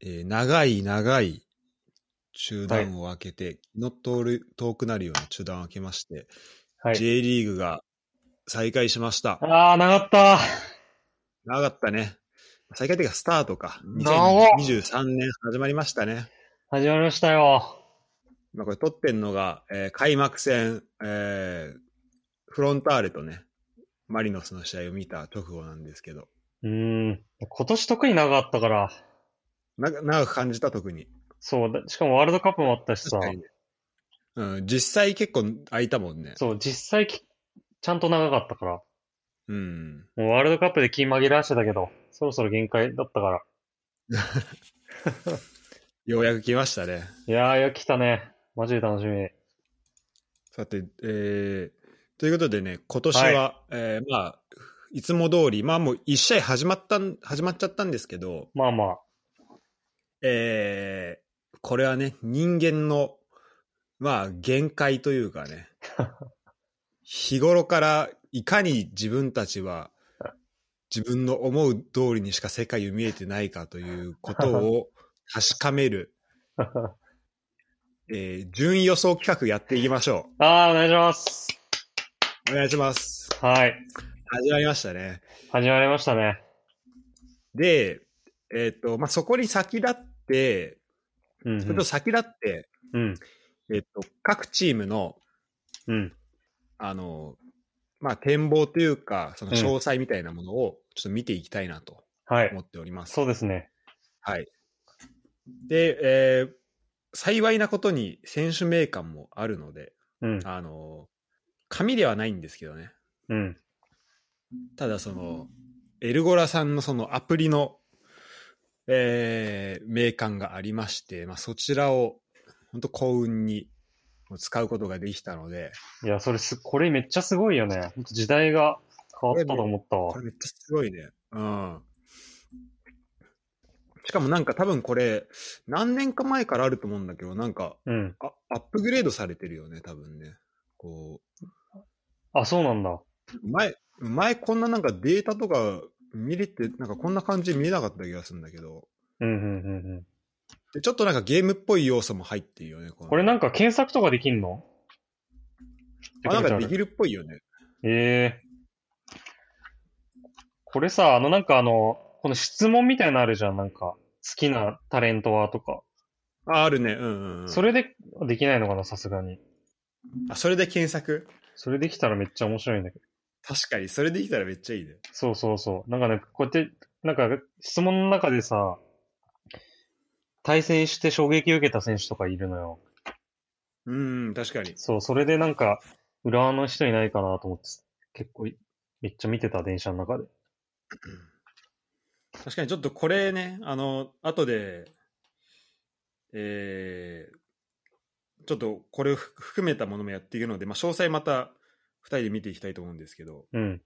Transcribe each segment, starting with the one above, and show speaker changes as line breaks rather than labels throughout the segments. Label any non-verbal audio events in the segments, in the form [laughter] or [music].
えー長い長い中断を開けて、気の遠る遠くなるような中断を開けまして、
はい。
J リーグが再開しました。
ああ、長かった。
長かったね。再開というか、スタートか。
長っ
2023年始まりましたね。
始まりましたよ。
今これ撮ってんのが、えー開幕戦、えーフロンターレとね、マリノスの試合を見た直後なんですけど、
うーん。今年特に長かったから。
な長く感じた特に。
そう。だしかもワールドカップもあったしさ
確。かにねうん、実際結構空いたもんね。
そう、実際き、ちゃんと長かったから。
うん。
もうワールドカップで気紛らわしてたけど、そろそろ限界だったから。
ようやく来ましたね。
いやー、よく来たね。マジで楽しみ。
さて、えーということでね、今年は、えーまあ、いつも通り、まあもう1試合始まったん、始まっちゃったんですけど、
まあまあ。
えーこれはね、人間の、まあ、限界というかね、日頃からいかに自分たちは、自分の思う通りにしか世界を見えてないかということを確かめる、えー順位予想企画やっていきましょ
ああ、お願いします。
う。お願いします。
はい。
始まりましたね。
始まりましたね。
で、えっ、と、まあ、そこに先立って、
うん、
そうれ
ん
と。先立って、
うん。
えっ、と、各チームの、
うん。
あの、まあ、展望というか、その
うん
詳細みたいなものをちょっと見ていきたいなと
はい
思。っております。
そうですね。
はい。で、えー幸いなことに選手名鑑もあるので、
うん。
あの、紙ではないんですけどね。
うん。
ただその、エルゴラさんのそのアプリの、えー、名鑑がありまして、まあ、そちらを本当幸運に使うことができたので、
いや、それす、これめっちゃすごいよね。ほんと時代が変わったと思ったわ
こ。れめっちゃすごいね。うん。しかもなんか多分これ、何年か前からあると思うんだけど、なんか、
うん。
あアップグレードされてるよね、多分ね。こ
あ、そうなんだ。
う、前、前こんななんかデータとか見れて、なんかこんな感じで見えなかった気がするんだけど。
うん、うん、うん、うん。
で、ちょっとなんかゲームっぽい要素も入ってるよね、この
これなんか検索とかできんの
あなんかで
え
きるっぽいよね。
えこれさ、あのなんかあの、この質問みたいなのあるじゃん、なんか。好きなタレントはとか。
あ、あるね。うんうん、うん。
それで、できないのかな、さすがに。
あ、それで検索
それできたらめっちゃ面白いんだけど。
確かに、それできたらめっちゃいいね。
そうそうそう。なんかね、こうやって、なんか質問の中でさ、対戦して衝撃を受けた選手とかいるのよ。
うん、確かに。
そう、それでなんか、浦和の人いないかなと思って、結構い、めっちゃ見てた、電車の中で。
確かにちょっとこれね、あの、後で、えー、ちょっとこれを含含めたものもやっていくので、まあ、詳細また2人で見ていきたいと思うんですけど、
うん。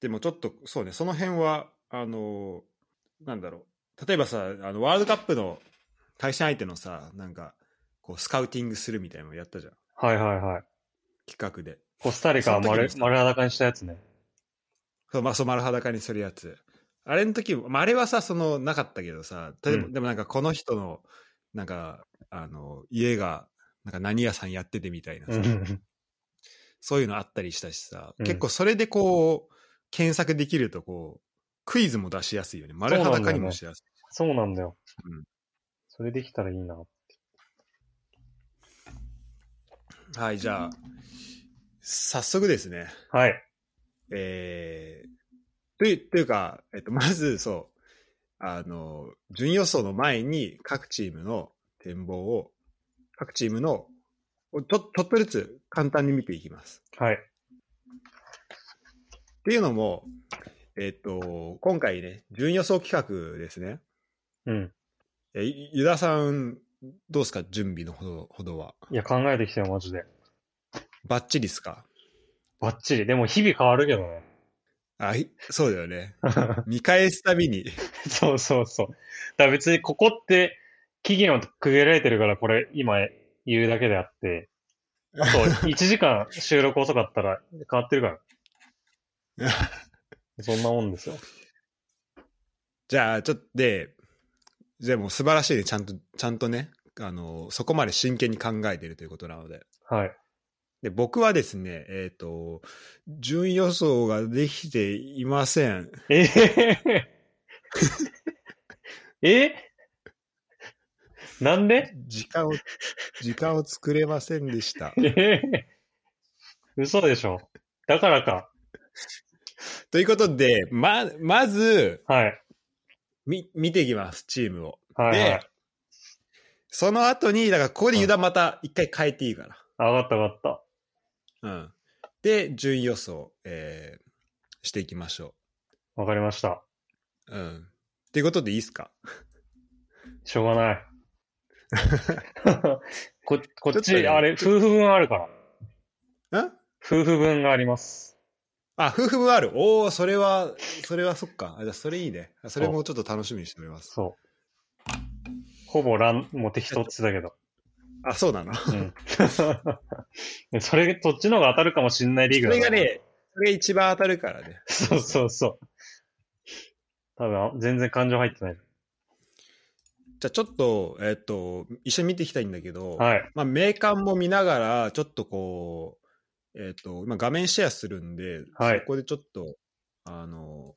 でもちょっとそうね、その辺は、あの、なんだろう、例えばさ、あのワールドカップの対戦相手のさ、なんか、こう、スカウティングするみたいなのやったじゃん、
はいはいはい。
企画で。
コスタリカを丸
その時に
丸裸にしたや
[laughs]
つね。
そう、まあ、そう丸裸にするやつ。あれの時も、まあ、あれはさ、その、なかったけどさ、例えば
うん
でもなんかこの人の、なんか、あの、家が、なんか何屋さんやっててみたいな
う
さ、
ん。
そういうのあったりしたしさ、
うん
結構それでこう、検索できるとこう、クイズも出しやすいよね。丸裸にもしやすい。
そうなんだよ。
うん
それできたらいいな。
はい、じゃあ、早速ですね。
はい。
えー、という、というか、えっと、まず、そう、あの、順位予想の前に各チームの展望を、各チームの、おちょちょっとずつ簡単に見ていきます。
はい。
っていうのも、えっと、今回ね、順位予想企画ですね。
うん。
え、ゆゆださん、どうですか準備のほど、ほどは。
いや、考えてきたよ、マジで。
バッチリっすか
バッチリ。でも、日々変わるけどね。 [laughs]
あ、いそうだよね。見返すたびに。 [laughs]
そうそうそう。だから別に、ここって、期限を区切られてるから、これ、今言うだけであって、あと、1
[laughs]
時間収録遅かったら変わってるから。そんなもんですよ。
じゃあ、ちょっとで、でも素晴らしいね。ちゃんと、ちゃんとね、あの、そこまで真剣に考えているということなので。
はい。
で、僕はですね、えっ、と、順位予想ができていません。
えええ [laughs] なんで
時
[laughs]
間を、時間を作れませんでした。
ええ嘘でしょ。だからか。
ということで、ま、まず、
はい。
み、見ていきます、チームを。
はい、は
で
い。、
その後に、だからここでユダまた一回変えていいか
あわかったわかっ
ら。うん。で、順位予想、えー、していきましょ
た。わかりました。
う。うん。っていうことでいいですか
しょうがない。 [laughs] ここっ
ちょっと
ち、
ね
あれ、夫婦分あるから。
ん
夫婦分があります。
あ、夫婦分ある。おー、それは、それはそっか。あじゃあそれいいね。それもちょっと楽しみにしております。
そう。ほぼ乱、もう適当って言ってたけど。
あ、そうなの。そ
うん。 [laughs] それ、そっちの方が当たるかもしんないリーグだ
れ
な
がね、それ一番当たるからね。
そうそうそう。多分、全然感情入ってない。
じゃあちょっと、えっ、と、一緒に見ていきたいんだけど、
はい。
まあ、名鑑も見ながら、ちょっとこう、えっ、と、今画面シェアするんで、
はい
そこでちょっと、あの、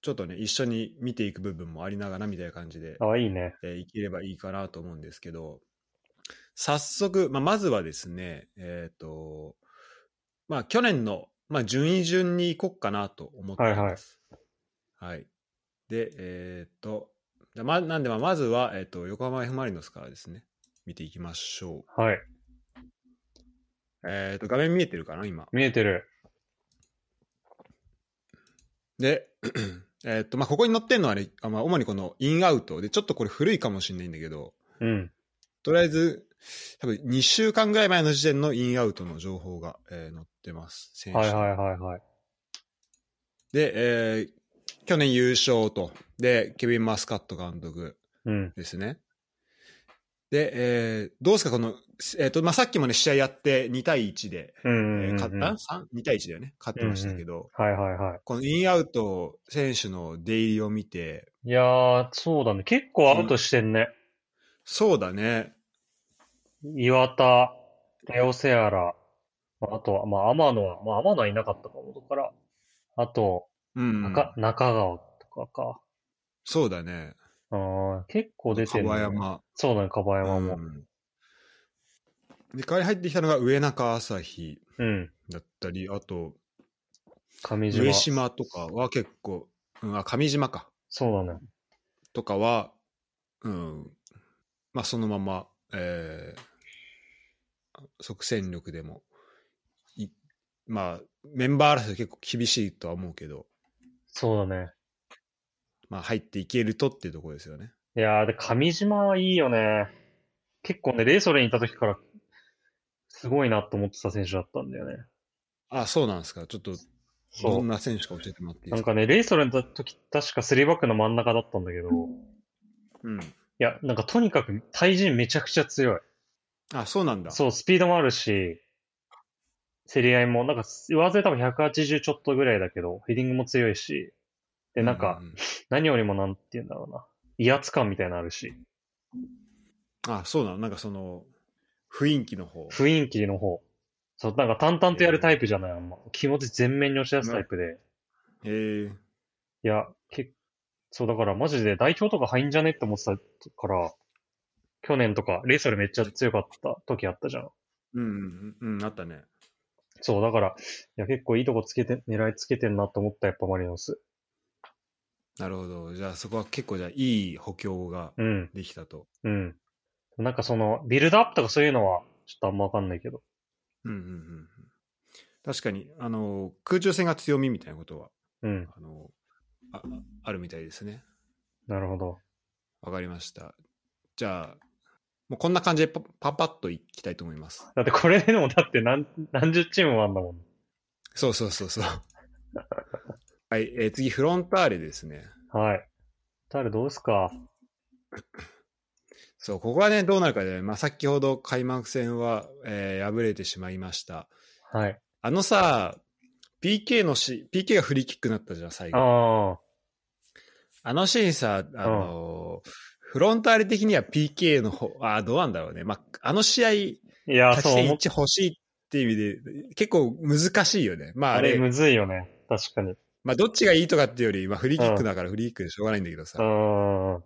ちょっとね、一緒に見ていく部分もありながらみたいな感じで、
あ、いいね。
えーいければいいかなと思うんですけど、早速、まあ、まずはですね、えっ、と、まあ、去年の、まあ、順位順に行こうかなと思っています。はい、はいで、えっ、と、じゃあま、なんで、まあまずは、えっ、と、横浜 F ・マリノスからですね、見ていきましょう。
はい。
えっ、と、画面見えてるかな、今。
見えてる。
で、 [clears throat] えっと、まあ、ここに載ってるのはね、あまあ、主にこのインアウトで、ちょっとこれ古いかもしれないんだけど、
うん。
とりあえず、多分2週間ぐらい前の時点のインアウトの情報が、えー載ってます。選手
はいはいはいはい。
で、えー去年優勝と。で、ケビン・マスカット監督
うん。
ですね。で、えーどうですか、この、えっ、と、まあ、さっきもね、試合やって2対1で、
うん
えー
うんうんうん。
勝った、三 ?2 対1だよね。勝ってましたけど、
はいはいは
このインアウト選手の出入りを見て、
い。いやー、そうだね。結構アウトしてんね。
そうだね。
岩田、レオセアラ、あとは、まあ、天野は、まあ、天野はいなかったかも、だから、あと、
うん。
中、中川とか
そうだね。
か。うん、結構出て
川
る、ね。
山。
そうだね、かば山も。
うんで代わり入ってきたのが上中朝日
うん。
だったりあと
上島。
上島とかは結構、うん、あ上島か
そうだね。
とかは、うんまあ、そのまま、えー即戦力でもいまあメンバー争い結構厳しいとは思うけど、
そうだね。
まあ、入っていけるとっていうところですよね。
いやー、で、上島はいいよね。結構ね、レイソルにいた時から、すごいなと思ってた選手だったんだよね。
あそうなんですかちょっと
そ
ど。
うん
な選手か教えてもらっていい
な
です
ん
か
かね、レイソルの時、確か3バックの真ん中だったんだけど、
うん、
いや、なんかとにかく対人めちゃくちゃ強い。
あそうなんだ
そう、スピードもあるし、競り合いも、なんか、上背多分180ちょっとぐらいだけど、ヘディングも強いし、で、なんか
う、う
何よりもなんて言うんだろうな、威圧感みたいなのあるし、
あ、そうなのなんかその、雰囲気の方。
雰囲気の方、そう、なんか淡々とやるタイプじゃない、あんま気持ち全面に押し出すタイプで、
へえ。
いや、けそう、だからマジで代表とか入んじゃねって思ってたから、去年とか、レイソルめっちゃ強かった時あったじゃん。
うん、うん、うん、あったね。
そう、だから、いや、結構いいとこつけて、狙いつけてんなと思った、やっぱマリノス。
なるほど。じゃあそこは結構じゃあいい補強が
うん、
できたと。
うん。なんかその、ビルドアップとかそういうのは、ちょっとあんまわかんないけど。
うん、うん、うん。確かに、あの、空中戦が強みみたいなことは、
うん、
あの、ああるみたいですね。
なるほど。
わかりました。じゃあ、もうこんな感じでパパパッといきたいと思います。
だってこれでもだって何、何十チームもあんだもん。
そうそうそう [laughs] そう。はい、えー次、フロンターレですね。
はい。誰どうすか
そう、ここはね、どうなるかで、まあ、先ほど開幕戦は、えー敗れてしまいました。
はい。
あのさ、PK のし、PK がフリーキックになったじゃん、最後。あ
あ
あのシーンさ、あのーフロンターレ的には PK の方、あーどうなんだろうね。まあ、あの試合、
いや、
勝
そ
ち
う
点
思っ
1欲しいっていう意味で、結構難しいよね。まあ、
た。
あ
あれ、
れ、
むずいよね。確かに。う
まあ、どっちがいいとかっていうより、まあ、フリーキックだからフリーキックでしょうがないんだけどさ、
ーん。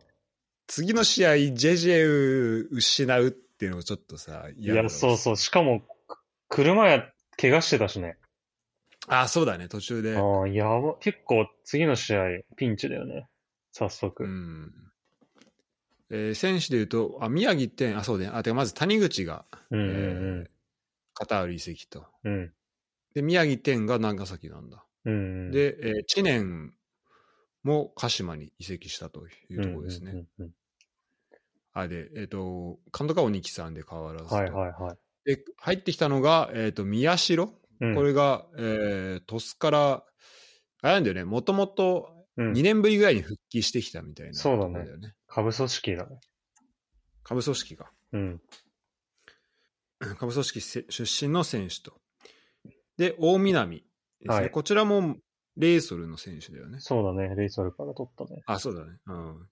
次の試合、JJ 失うっていうのもちょっとさ、
い
嫌だ
や、
な
そうそう。しかも、く車や、怪我してたしね。
あー、そうだね、途中で。
ああ、やば。結構、次の試合、ピンチだよね。早速。
うんえー選手でいうと、あ宮城って、あ、そうね、あてかまず谷口が、
うんう
え
ん
ーカタール移籍と。
うん。うん。
で、宮城天が長崎なんだ。
うんうん、
で、えー知念も鹿島に移籍したというところですね。
うんうんうん
あ、で、えっ、と、監督は鬼木さんで変わらずと。
はいはいはい。
で、入ってきたのが、えっ、と、宮代。
うん
これが、えー鳥栖から、あれなんだよね、もともと
うん
2年ぶりぐらいに復帰してきたみたいな、
そうだね
ところよね。
下部組織だね。
下部組織が。
うん。
下部組織せ出身の選手と。で、大南ですね。
はい
こちらもレイソルの選手だよね。
そうだね。レイソルから取ったね。
あ、そうだね。うん。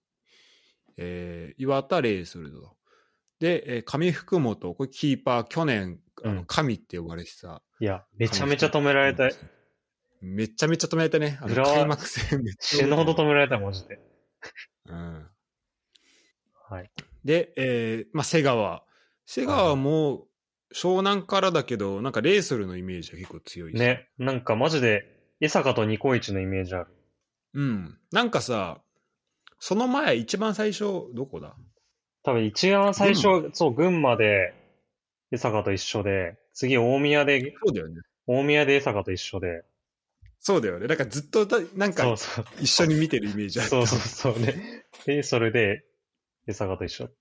えー岩田レイソルド。で、えー上福本、これキーパー、去年、あ
う
の
ん
神って呼ばれてた。
いや、めちゃめちゃ止められた。。
めちゃめちゃ止められたね。あの
浦和
開幕戦めっちゃ
死ぬほど止められた、マジで。
うん。
はい。
で、えーまあ、瀬川。瀬川も湘南からだけど、なんかレイソルのイメージが結構強いです。
ね。なんかマジで、江坂とニコイチのイメージある。
うん。なんかさ、その前、一番最初、どこだ
多分一番最初、そう、群馬で、江坂と一緒で、次大宮で、
そうだよね。
大宮で江坂と一緒で、
そうだよね。だからずっとだ、なん
そ
か
うそう、
一緒に見てるイメージある。
そうそうそうね。で、それで、江坂と一緒っ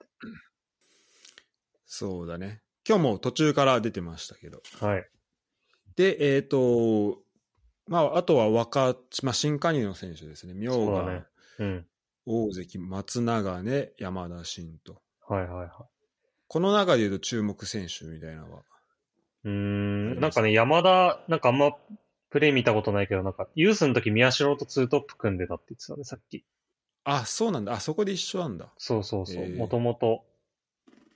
そうだね。今日も途中から出てましたけど。
て。はい。
で、えっ、と、まあ、あとは若、まあ、新加入の選手ですね。明
そう
が、
だねうん。
大関、松永根、山田慎と。
はいはいはい。
この中で言うと注目選手みたいなのは。
う
あ
ー
り
ん、
ま
なん
す
かね、山田、なんかあんまプレイ見たことないけど、なんか、ユースの時宮代とツートップ組んでたって言ってたね、さっき。
あ、そうなんだ。あそこで一緒なんだ。
そうそうそ
へ
う。
ー
もともと、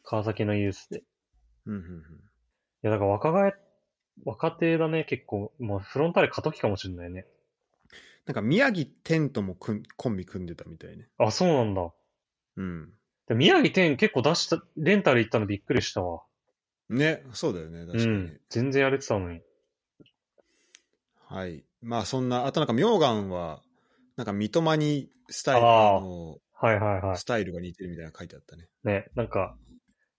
川崎のユースで。い
うんうんうん。
や、だから若返、若手だね、結構。もうフロンターレ過渡期かもしれないね。
なんか宮城天とも組んコンビ組んでたみたいね。
あ、そうなんだ。
うん。
で宮城天結構出した、レンタル行ったのびっくりしたわ。
ね、そうだよね。確
う
かに。
ん。全然やれてたのに。
はい。まあそんな、あとなんか明眼は、なんか三笘にスタイル、
あー
あの
はいはいはい
ス。タイルが似てるみたいなの書いてあったね。
ね、なんか、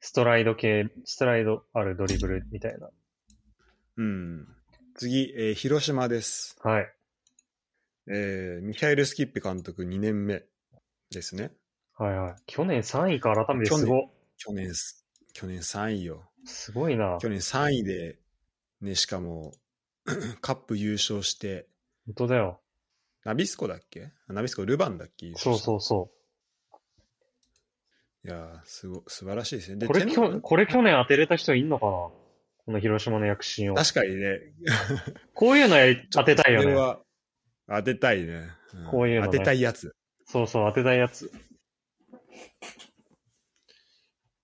ストライド系、ストライドあるドリブルみたいな。
うん。次、えー広島です。
はい。
えーミハイル・スキッピ監督2年目ですね。
はいはい。去年3位か改めてすご。
去年す、去年3位よ。
すごいな。
去
本
年3位で、ね、しかも、 [clears throat] カップ優勝して、
当だよ。
ナビスコだっけあナビスコ、ルヴァンだっけ
そうそうそ
いやーすご、素晴らしいですね。
う。
で
これ
天
きょ、これ去年当てれた人いんのかなこの広島の躍進を。
確かにね、
こういうのや当てたいよ
それ
ね。
は当てたいね。ん
こういうのね
当てたいやつ。
そうそう、当てたいやつ。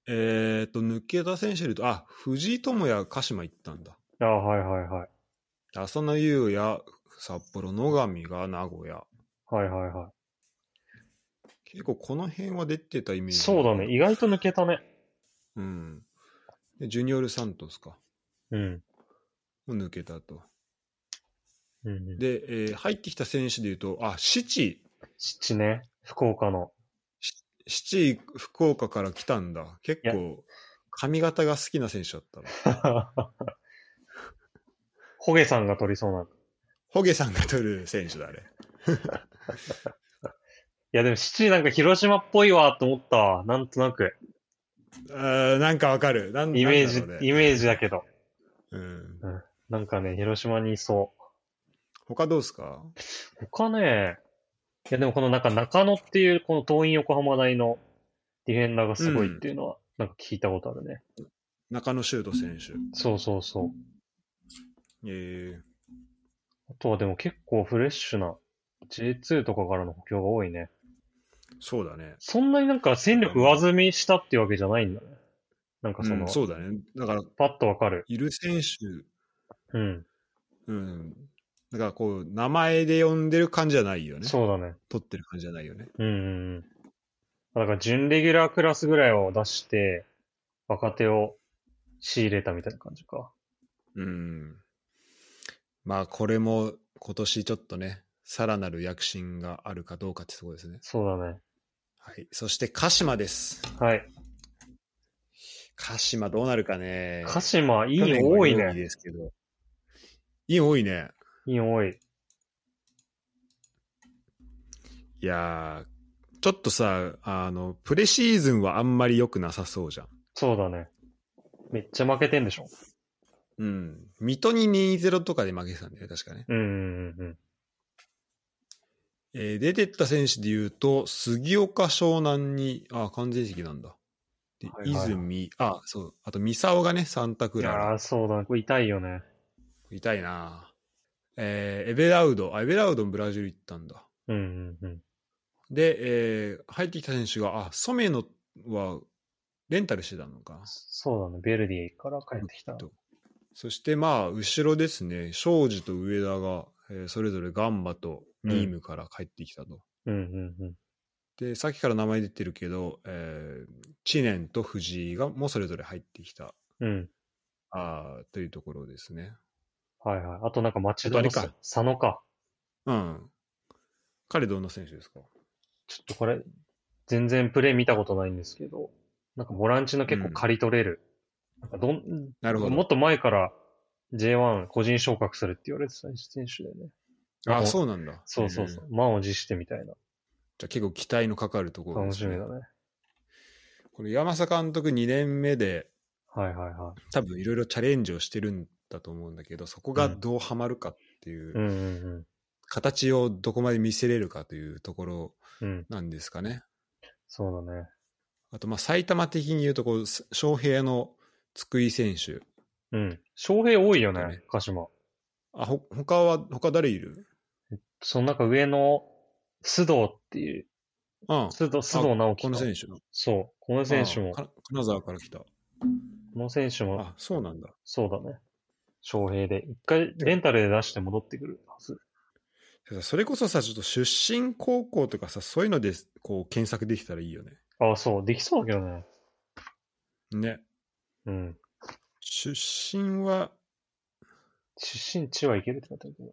えっ、と、抜けた選手で言うと、あ、藤井智也、鹿島行ったんだ。
ああ、はいはいはい。
浅野優也、札幌、野上が名古屋。
はいはいは
結構この辺は出てたイメー
い。
ジ。
そうだね。。意外と抜けたね。
うん。で、ジュニオル・サントスか。
うん。
もう抜けたと。
うんうん、
で、えー入ってきた選手で言うと、あ、七、
七ね。福岡の。
七、福岡から来たんだ。結構、髪型が好きな選手だったな。
[laughs] ホゲさんが取りそうな。い
ホゲさんが取る選手だ、あれ。
やでも七なんか広島っぽいわと思ったわ。なんとなく。
あーなんかわかる。なん
イメージ、
なんだろうね
イメージだけど。
うん。
なんかね、広島にいそう。
他どうですか
他ね、いやでもこのなんか中野っていうこの東院横浜大のディフェンダーがすごいっていうのはなんか聞いたことあるね。
中野修斗選手。
そうそうそう。
えー
あとはでも結構フレッシュな J2 とかからの補強が多いね。
そうだね。
そんなになんか戦力上積みしたっていうわけじゃないんだね。なんかその、
うんそうだね。だから、
パッとわかる。
いる選手、
うん。
うん。だからこう、名前で呼んでる感じじゃないよね。
そうだね。
取ってる感じじゃないよね。
うんうんうん。だから、準レギュラークラスぐらいを出して、若手を仕入れたみたいな感じか。
うん。まあ、これも今年ちょっとね、さらなる躍進があるかどうかってとこですね。
そうだね。
はい。そして、鹿島です。
はい。
鹿島どうなるかね。
鹿島、いい
去年は
多い
四位
ね。
ですけど。いい多いね。
いい多い。
いやー、ちょっとさ、あの、プレシーズンはあんまり良くなさそうじゃん。
そうだね。めっちゃ負けてんでしょ。
うん。水戸に2-0とかで負けてたんだよね、確かね。
うんうんうんうん。
えー出てった選手で言うと、杉岡湘南に、あ、完全席なんだ。で
はいはい
泉、あ、そう。あと、三沢がね、サンタク
い
ラ
や
ラ。
ー、そうだね。これ痛いよね。
痛いなえーエベラウド。あ、エベラウドもブラジル行ったんだ。
うんうんうん。
で、えー入ってきた選手が、あ、ソメノは、レンタルしてたのか。
そうだね。ベルディから帰ってきた。
とそしてまあ、後ろですね、庄司と上田が、えーそれぞれガンバとニームから帰ってきたと。
うんうんうん。
で、さっきから名前出てるけど、えー知念と藤井がもうそれぞれ入ってきた
うん。
あーというところですね。
はいはい。あとなんか町
あ
田
とあれ
の
か
佐野か。
うん。彼どんな選手ですか
ちょっとこれ、全然プレイ見たことないんですけど、なんかボランチの結構刈り取れる。なんかどん
なるほ
も
ど。
っと前から J1 個人昇格するって言われてた選手でね。
あ、
う
そうなんだ。
そうそうそ
ん
う。満を持してみたいな。
じゃあ結構期待のかかるところで
楽
す
し
ね
みだね。
この山佐監督2年目で、
はいはいは
多分いろいろチャレンジをしてるんだと思うんだけど、そこがどうハマるかっていう。
い。うんうん
形をどこまで見せれるかというところ
うん。うん。
なんですかね。
そうだね。
あと、まあ、埼玉的に言うとこう、す翔平の津久井選手。
うん。翔平多いよ
だ
ね
ね、
鹿島。
あ、ほ、他は、他誰いる
その中上の須藤っていう、
うん。
須藤、須藤直
こ
樹か
の選手。
そう。この選手も、
あ
こ
か金沢から来た。
の選手も
あ、そうなんだ。
そうだね。翔平で。一回レンタルで出して戻ってくるはず。
それこそさ、ちょっと出身高校とかさ、そういうので、こう、検索できたらいいよね。
ああ、そう。できそうだけどね。
ね。
うん。
出身は、
出身地はいけるってなったけど。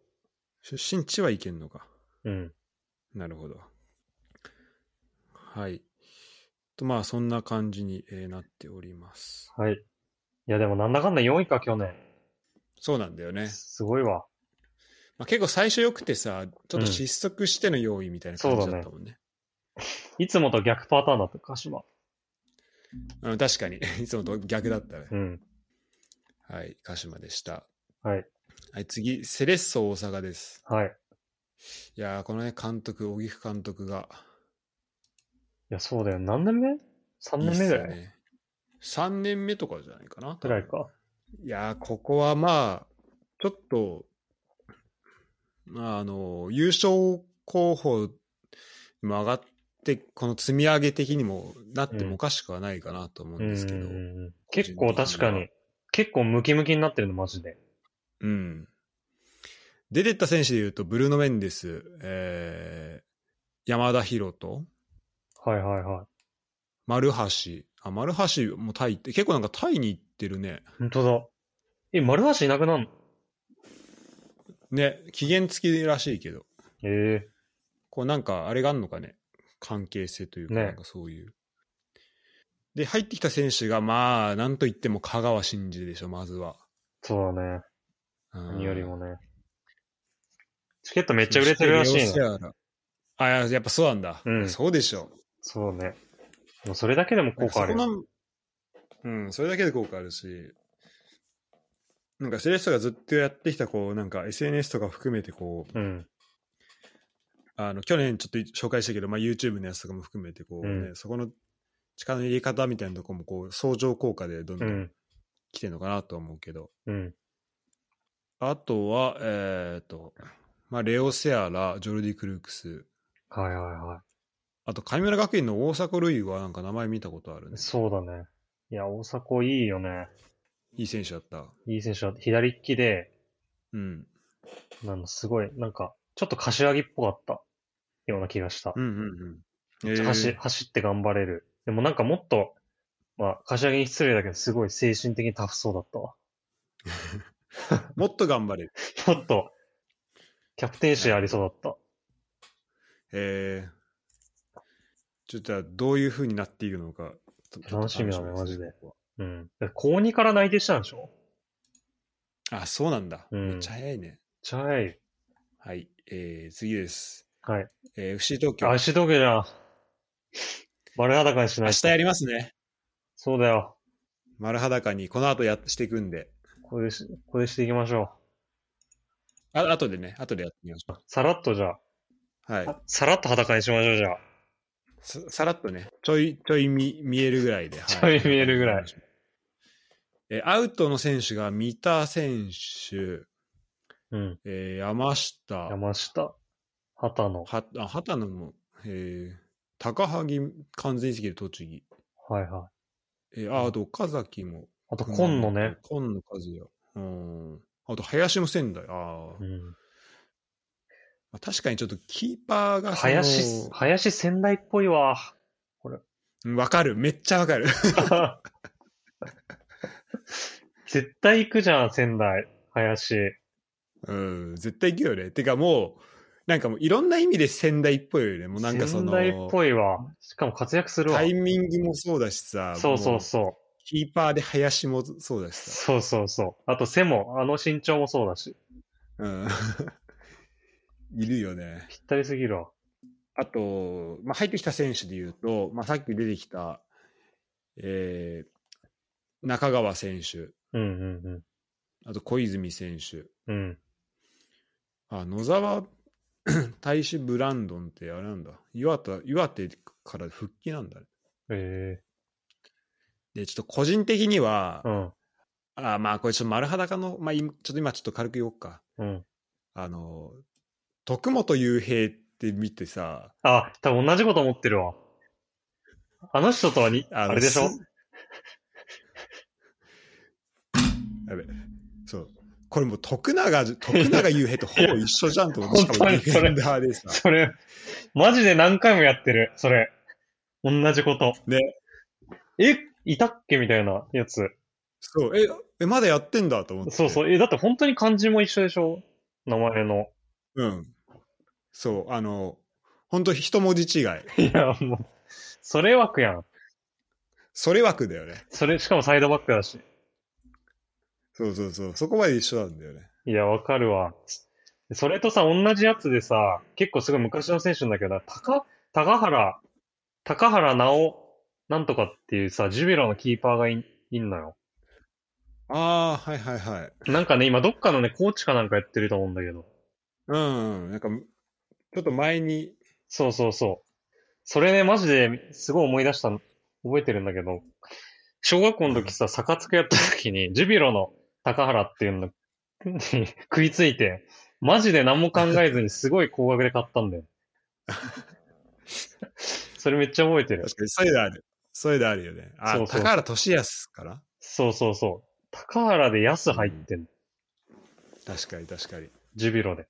出身地はいけんのか。
うん。
なるほど。はい。と、まあ、そんな感じにえーなっております。
はい。いや、でもなんだかんだ4位か、去年。
そうなんだよね。
すごいわ。
まあ、結構最初よくてさ、ちょっと失速しての用意みたいな感じだったもんね。
いつもと逆パターンだった、鹿島。
うん確かに。 [laughs] いつもと逆だったね。
うん。
はい、鹿島でした。
はい。
はい、次、セレッソ大阪です。
はい。い
いやー、このね、監督、荻生監督が。
や、そうだよ。何年目 ?3
いいっ
年
すよ
目ぐらい
ね。3年目とかじゃないかな。
ぐらいか。
いやー、ここはまあ、ちょっと、まあ、あの、優勝候補にも上がって、この積み上げ的にもなってもおかしくはないかなと思う
うんん
ですけど、
うんうんうん。結構確かに。結構ムキムキになってるの、マジで。
うん。出てった選手でいうと、ブルーノ・メンデス、えー、山田博人、
はいはいはい。
丸橋、あ、丸橋もタイって、結構なんかタイに行ってるね。
本当だ。え、丸橋いなくなるの
ね、期限付きらしいけど、
え
こうなんかあれがあんのかね、関係性というか、
ね
なんかそういう。で、入ってきた選手が、まあ、なんといっても香川真司でしょ、まずは。
えそうだね。
うん
何よりもね。チケットめっちゃ売れてるらし
そ
い
してレ
ね。
オセアラあ、ややっぱそうなんだ。
うん
そうでしょう。
そうね。もうそれだけでも効果あるよ。
そこなんうん、それだけで効果あるし、なんかセレッソがずっとやってきた、こう、なんか SNS とか含めて、こう、
うん。
あの、去年ちょっと紹介したけど、まあ、YouTube のやつとかも含めて、こうね、
う
そこの力の入れ方みたいなとこも、こう、相乗効果でどん
う
どん
ん。
来てるのかなとは思うけど、
うん。
あとは、えっ、と、まあ、レオ・セアラ、ジョルディ・クルークス、
はいはいは
あと、神村学院の大迫塁はなんか名前見たことあるね。
そうだね。いや、大迫いいよね。
いい選手だった。
いい選手だ。左利きで、
うん。
なんかすごい、なんか、ちょっと柏木っぽかったような気がした
う。んうんうん。
走
え
走って頑張れる。でもなんかもっと、まあ、柏木に失礼だけど、すごい精神的にタフそうだったわ。 [laughs]
ーもっと頑張れる。
ちょっと、キャプテンシーありそうだった。
えー、ちょっとじゃあどういう風になっていくのか。ちょちょっと
楽しみだね
す
マジで。うん。で高2から内定したんでしょめっ
あ、そうなんだ。
うん
めっちゃ早いね。
ちゃ早い。
はい。えー、次です。
はい。
えー、FC 東京。
足時計じゃん。丸裸にしな
明
い
日
と。
やりますね。
そうだよ。
丸裸に、この後やっしていくんで。
これでし、これでしていきましょ
あ、後でね、後でやってみましょ
う。さらっとじゃ
う。はい。
あ、さらっと裸にしましょう、じゃあ。
ささらっとね、ちょい、ちょい見見えるぐらいで。は
ちょい見えるぐらい。
え、アウトの選手が三田選手、
うん。
えー山下、
山下、畑野。
はあ畑野も、えー高萩、完全移籍で栃木。
はいはい。
えーあ、あと岡崎も。
あと、今野ね。。
今野和也。うん。あと、林も仙台。あー、
う
ま
ん。
あ確かにちょっとキーパーがその
林、林仙台っぽ
[laughs]
いわ。
うんわかる。めっちゃわかる。 [laughs]
絶対行くじゃん、仙台。林。
うん。絶対行くよね。てかもう、なんかもういろんな意味で仙台っぽいよね。もうなんかそ
仙
の、
台っぽいわ。しかも活躍するわ
タ。イミングもそうだしさ、
そうそう
も
そう
キーパーで林もそうだし
う。
さ。
そうそうそう。あと背も、あの身長もそうだし。
うん。 [laughs] いるよね。
ぴったりすぎるわ。
あと、まあ、入ってきた選手で言うと、まあ、さっき出てきた、えー中川選手、
うんうん
あと小泉選手、
うん。うん。
あ野沢 [clears throat] 大使ブランドンってあれなんだ、岩手岩手から復帰なんだね。
え
で、ちょっと個人的には、
えうん。
あまあ、これちょっと丸裸の、まあ、今ちょっと今ちょっと軽く言おうか。
うん。
あの、徳本雄平って見てさ、
あ、多分同じこと思ってるわ。あの人とはに、
あ
あ
の
れでしょ
す [laughs] やべ、そう。これもう徳永、
[laughs]
徳永雄平とほぼ一緒じゃんと思って、し
いや
かもデ
本
ィ
当にそ
フ
れ
ェンダーでさ。
それ、マジで何回もやってる。それ。同じこと。
ね。
え、いたっけみたいなやつ。
そう、え、え、まだやってんだと思って。。
そうそうう。え、だって本当に漢字も一緒でしょ名前の。
うん。そう、あの、本当一文字違い。
いや、もう、それ枠やん。
それ枠だよね。
それ、しかもサイドバックだし。
そうそうそう。そこまで一緒なんだよね。
いや、わかるわ。それとさ、同じやつでさ、結構すごい昔の選手なんだけど、高、高原、高原直、なんとかっていうさ、ジュビロのキーパーがいんいんのよ。
ああ、はいはいはい。
なんかね、今どっかのね、コーチかなんかやってると思うんだけど。
うん、うんなんか、ちょっと前に、
そうそうそう。それね、マジですごい思い出したの、覚えてるんだけど、小学校の時さ、逆付けやった時に、ジュビロの高原っていうの [laughs] に食いついて、マジで何も考えずにすごい高額で買ったんだよ。それめっちゃ覚えてる。
確かにそういうのある。そういうのあるよね。あ、
そうそう
高原俊康かな
そうそうそう。高原で安入ってんの。
確かに確かに。
ジュビロで。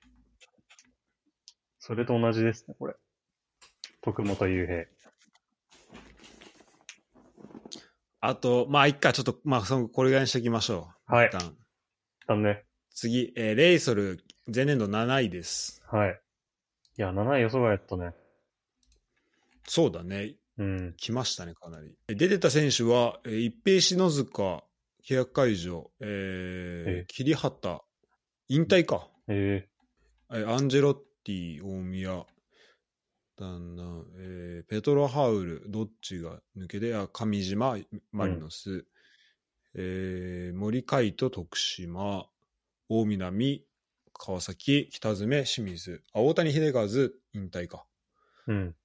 それと同じですね、これ。徳本雄平。
あと、まあ、いっか、ちょっと、まあ、その、これぐらいにしておきましょう。
はい
一。旦
だね。
次、えーレイソル、前年度7位です。
はい。いや、7位予想外やったね。
そうだね。
うん。
来ましたね、かなり。え出てた選手は、えー一平篠塚、契約解除、えー
え
桐畑、引退か。
え
えーアンジェロッティ、大宮、旦那、えーペトロハウル、どっちが抜けで、あ、上島、マリノス、えー森海斗、徳島、大南、川崎、北詰、清水、あ、大谷秀和、引退か。
ーうん。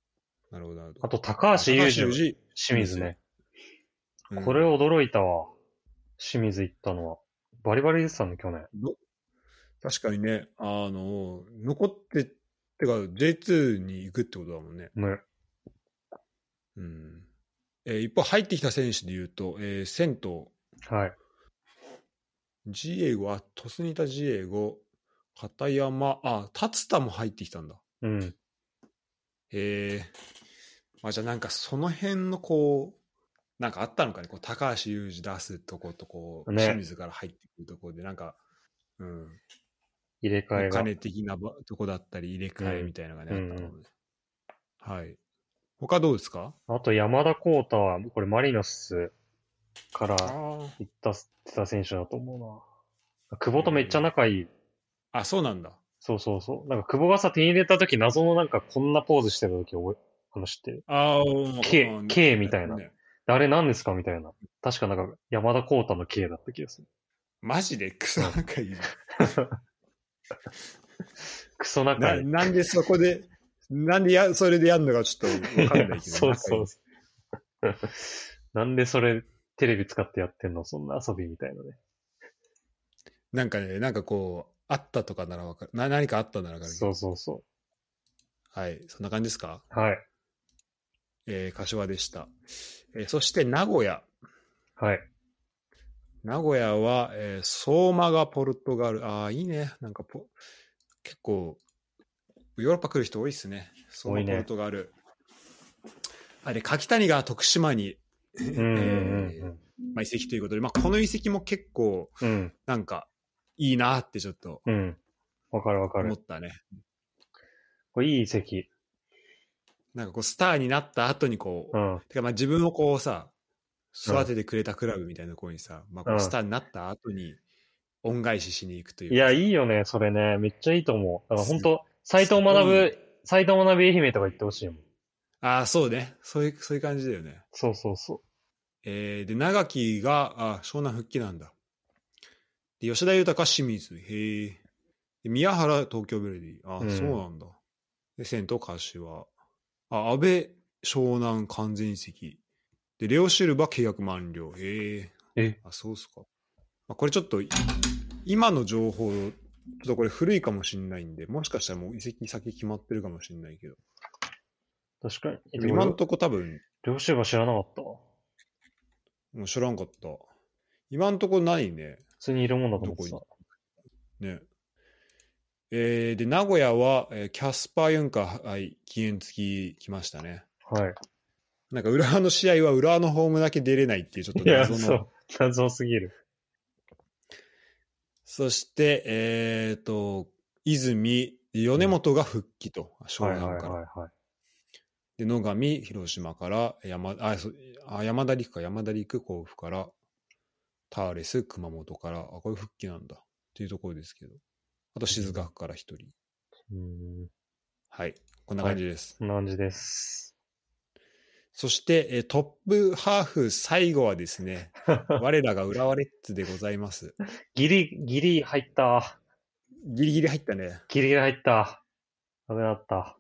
なるほど、なるほ
あ
ど。
と、高橋
高
裕二、
二
清水ね。
うん
これ驚いたわ。清水行ったのは。バリバリ出てたの、去年。
ど確かにね、あの、残って、てか J2 に行くってことだもんね。
む。
うんえー一方、入ってきた選手でいうと、えー、銭湯、
はい。
ジエゴ、はトスニタジエゴ、片山、あ、達田も入ってきたんだ。
うん。
えー、まあじゃあなんかその辺のこう、なんかあったのかね、こう高橋祐二出すとことこう、
ね
清水から入ってくるところで、なんか、うん、
入れ
お
替えが。
金的なばとこだったり、入れ替えみたいなのがね、
うん
あったので、はい。他どうですか
あと山田光太は、これマリノスから行った、ってた選手だと思うな。久保とめっちゃ仲いい。
あ、そうなんだ。
そうそうそう。なんか久保がさ、手に入れた時、謎のなんかこんなポーズしてた時、覚え、話してる。
あー
K
うん
K みたいな
ね
あれ何ですかみたいな。確かなんか山田光太の K だった気がする。
マジでク [laughs] ソ仲いい
クソ
な。
仲
ない
い。
なんでそこで、なんでや、それでやるのかちょっとわかんないけど。
そうそう
仲いい。
そう。なんでそれ、テレビ使ってやってんのそんな遊びみたいなね。
なんかね、なんかこう、あったとかならわかる。な、何かあったならわかるけど。
そうそうそ
はい。そんな感じですか
う。はい。
えー、柏でした。えーそして名古屋。
はい。
名古屋は、えー相馬がポルトガル。ああ、いいね。なんかポ、結構、ヨーロッパ来る人多いですね。相馬
多いね
ポルトガル。あれ、柿谷が徳島に、
うんうん
まあ、移籍ということで、まあ、この移籍も結構、
うん。うん。
なんか、いいなってちょっと
うん。わかるわか
思
る
っ。たね。
これいい席。
なんかこう、スターになった後にこう、
うん。
てかまあ自分をこうさ、育ててくれたクラブみたいなところにさ、まあこ
う
うんスターになった後に恩返ししに行くというか
いや、いいよね、それね。めっちゃいいと思う。だから本当斎藤
すごいね
学、斎藤学愛媛とか言ってほしいもん。
ああ、そうね。そういう、そういう感じだよね。
そうそうそ
えー、で、長木が、あ湘南復帰なんだ。で、吉田豊が清水。へえ。で、宮原東京ベルディ。あ、
うん
そうなんだ。で、仙東柏。あ、安倍湘南完全移籍。で、レオシルバ契約満了。へえ。
え
あ、そうっすか。まあ、これちょっと、い今の情報、ちょっとこれ古いかもしれないんで、もしかしたらもう移籍先決まってるかもしれないけど。
う。確かに。え
今んとこ多分、
両親は知らなかったわ。
もう知らんかった。今んとこないね。
普通にいるもんだと思ってた
ど。ね。えーで、名古屋は、えーキャスパー・ユンカー、はい、期限付き来ましたね。
はい。
なんか、浦和の試合は浦和のホームだけ出れないっていう、ちょっと
いや、
謎の。
そう。謎すぎる。
そして、えっ、と、泉、米本が復帰と、湘
はいはい
南から。
はいはい。
で、野上、広島から、山あそうあ山田陸か、山田陸、甲府から、ターレス、熊本から、あ、これ復帰なんだ。っていうところですけど。あと、静学から一人。
うーん。
はい。こんな感じです。
こんな感じです。
そして、えートップハーフ最後はです
[laughs]
ね、我らが浦和レッズでございます。
ギリ、ギリ入った。
ギリギリ入ったね。
ギリギリ入った。ダメだった。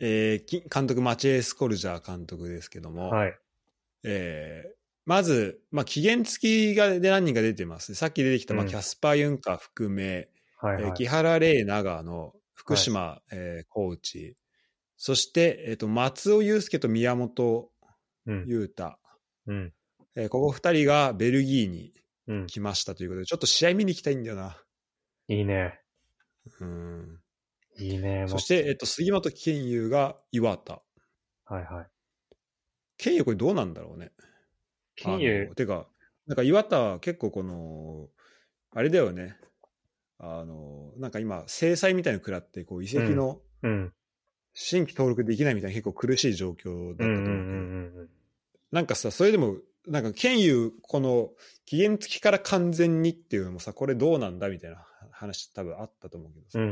えーき監督、マチェイ・スコルジャー監督ですけども、
はい。
えーまず、まあ、期限付きがで何人か出てます。さっき出てきた、まあ、
うん
キャスパー・ユンカー含め、
はい
え
は
ー
い。
木原玲、長野、福島、えーコーチ、そして、えーと松尾祐介と宮本
うん。
裕太、
うん。
えーここ二人がベルギーに
うん。
来ましたということで、ちょっと試合見に行きたいんだよな。
いいね。
うん
いいね。
そして、えっと、杉本健佑が岩田。
もう、はいはい。
健佑これどうなんだろうね。
金
あ
融
のてか、なんか岩田は結構この、あれだよね。あの、なんか今、制裁みたいなの食らって、こう、遺跡の
うん。
新規登録できないみたいな結構苦しい状況だったと
うん
思
う
うけ
ん
ど、
うんうん。
なんかさ、それでも、なんか健佑、この、期限付きから完全にっていうのもさ、これどうなんだみたいな話多分あったと思うけど
う
さ。
んう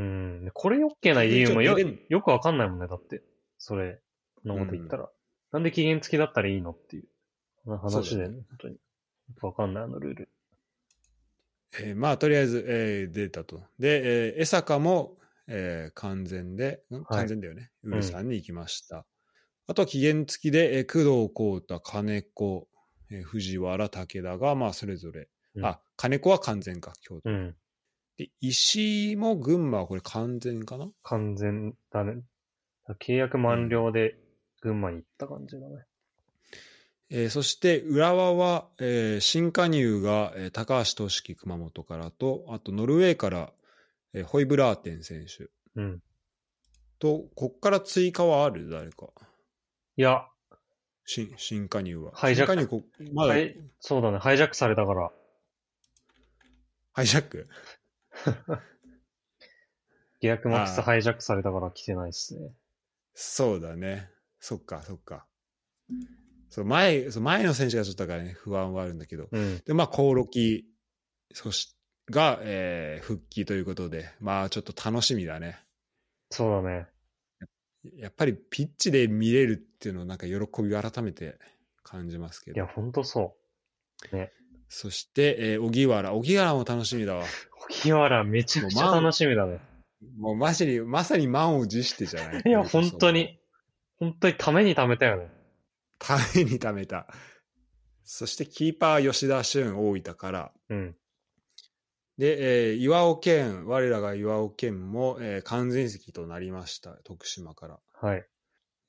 ん。これ OK な理由もよ
ちょっと出れん
よくわかんないもんね、だって。それのこと言ったら。なんで期限付きだったらいいのっていう話で、
そうだ
ね、本当に。よくわかんない、あのルール。
えーまあ、とりあえず、えー出たと。で、えー江坂も、えー完全で、ん完全だよね。ウルさんに行きました。あとは期限付きで、えー工藤幸太、金子、えー藤原、武田が、まあ、それぞれ。
うん
あ、金子は完全か、京都。
うん。
で、石井も群馬はこれ完全かな
完全だね。契約満了で、群馬に行った感じだね。
えーそして浦和は、えー新加入が、えー高橋俊樹熊本からとあとノルウェーから、えーホイブラーテン選手
うん。
とこっから追加はある誰か
いや、
新新加入は
ハイジャック
新加入こまだ、
はい、そうだね。ハイジャックされたから。
ハイジャック
疑惑マックス
あー
ハイジャックされたから来てないっすね。
そうだねそっかそっかそう前そう前の選手がちょっとだからね不安はあるんだけど
うん。
でまあ興梠そしが、えー復帰ということでまあちょっと楽しみだね
そうだね。
やっぱりピッチで見れるっていうのをなんか喜びを改めて感じますけ
いや、
ど。
ほんとそ
そして、えー、荻原。荻原も楽しみだわ。
う。荻原めちゃくちゃ楽しみだね。
もうまさに、まさに満を持してじゃない
いや、本当。に。本当にためにためたよね。
ために貯めた。そして、キーパー吉田俊、大分から。
うん。
で、えー岩尾健、我らが岩尾健も、えー完全席となりました。徳島から。
はい。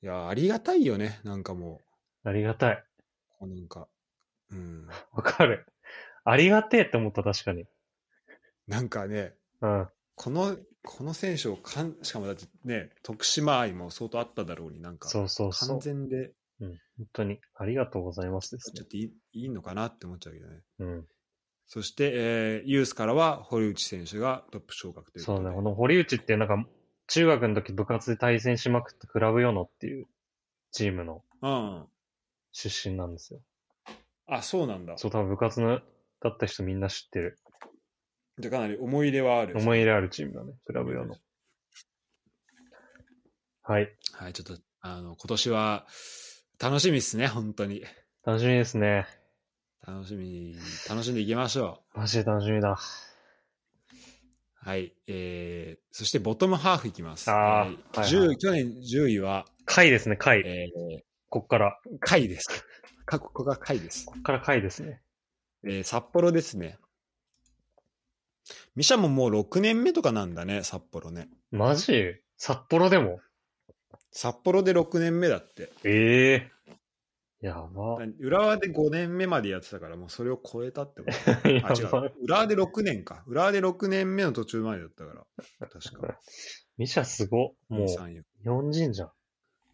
いや、ありがたいよね。なんかも
ありがたい。
う、こうなんか、うん。
わかる。ありがてえって思った、確かに。
なんかね、
うん。
この、この選手をかん、しかもだってね、徳島愛も相当あっただろうに、なんか、
そうそうそう。
完
本
全で、
当に。ありがとうございますです
ちょ
ね
っ。といいいいのかなって思っちゃうけどね。
うん。
そして、えーユースからは堀内選手がトップ昇格というこ
そ
と
う
で。
ね。この堀内って、なんか、中学の時部活で対戦しまくったクラブヨノっていうチームの
うん。
出身なんですよ。
あ、そうなんだ。
そう、多分部活のだった人みんな知ってる。
じゃあかなり思い入れはある。
思い入れあるチームだね、クラブ用の。はい。
はい、ちょっと、あの、今年は、楽しみですね、本当に。
楽しみですね。
楽しみ、楽しんでいきましょ
マジで楽しみだ。
う。はい。えー、そして、ボトムハーフいきます。
あー
えー
はいはい
10去年10位は、
回ですね、回。
えー、
こっから。
下位です。過去が下位です。
こっから回ですね。
えー札幌ですね。ミシャももう6年目とかなんだね、札幌ね。
マジ札幌でも
札幌で6年目だって。
ええやば。
浦和で5年目までやってたから、もうそれを超えたってこと。
[laughs] や
あ、違
ば
う。。浦和で6年か。浦和で6年目の途中までだったから。確か。
ミシャすご。 [laughs] もう、
2 3 4
日本人じゃ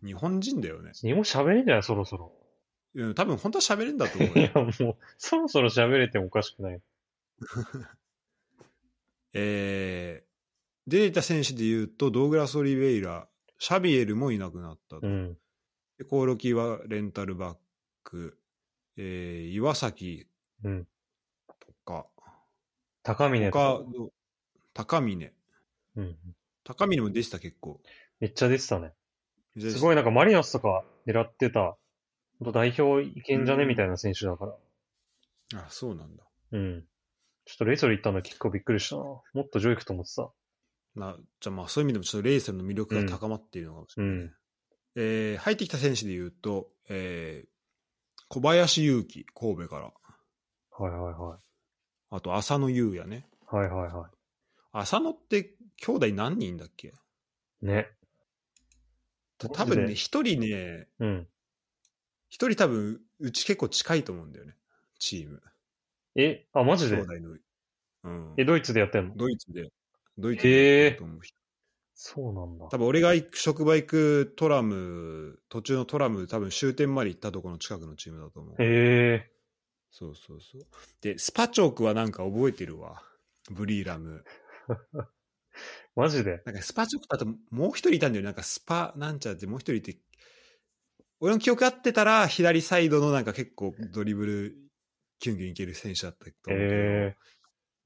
ん。
日本人だよね。
日本喋れんじゃないそろそろ。
うん、多分本当は喋れんだと思う
い
よ
[laughs] や、。もう、そろそろ喋れてもおかしくない。
えー、出ていた選手で言うと、ドーグラス・オリベイラ、シャビエルもいなくなったと。
うん。
で、コオロキはレンタルバック、えー、岩崎
うん。
とか、
高峰と
他
か。
の、高峰。
うん。
高峰も出てた結構。
めっちゃ出てたね。
す
すごい
い。
なんかマリノスとか狙ってた、ほんと代表いけんじゃねみたいな選手だから。
あ、そうなんだ。
うん。ちょっとレイソル行ったの結構びっくりしたな。もっと上行くと思ってた。
なじゃあまあそういう意味でもちょっとレイセルの魅力が高まっているのかもしれないね。
うん
えー入ってきた選手で言うと、えー小林祐希、神戸から。
はいはいは
あと浅野優也ね。
い。はいはいは
浅野って兄弟何人だっけ
い。ね。
た多分
マジ
ね、
で
一人ね、
うん。
一人多分うち結構近いと思うんだよね。チーム。
え、あ、マジ
兄
で
弟の。うん。
え、ドイツでやってんの
ドイツで。ドイツ
へ
で
え
やってると思う。
そうなんだ
多。分俺が行く職場行くトラム、途中のトラム、多分終点まで行ったところの近くのチームだと思う。
へえ
そうそうそう。で、スパチョークはなんか覚えてるわ。ブリーラム。
マジで
なんかスパチョークだともう一人いたんだよね。なんかスパなんちゃってもう一人いて。俺の記憶あってたら、左サイドのなんか結構ドリブル、キュンキュンいける選手だったと思うけど、
へえ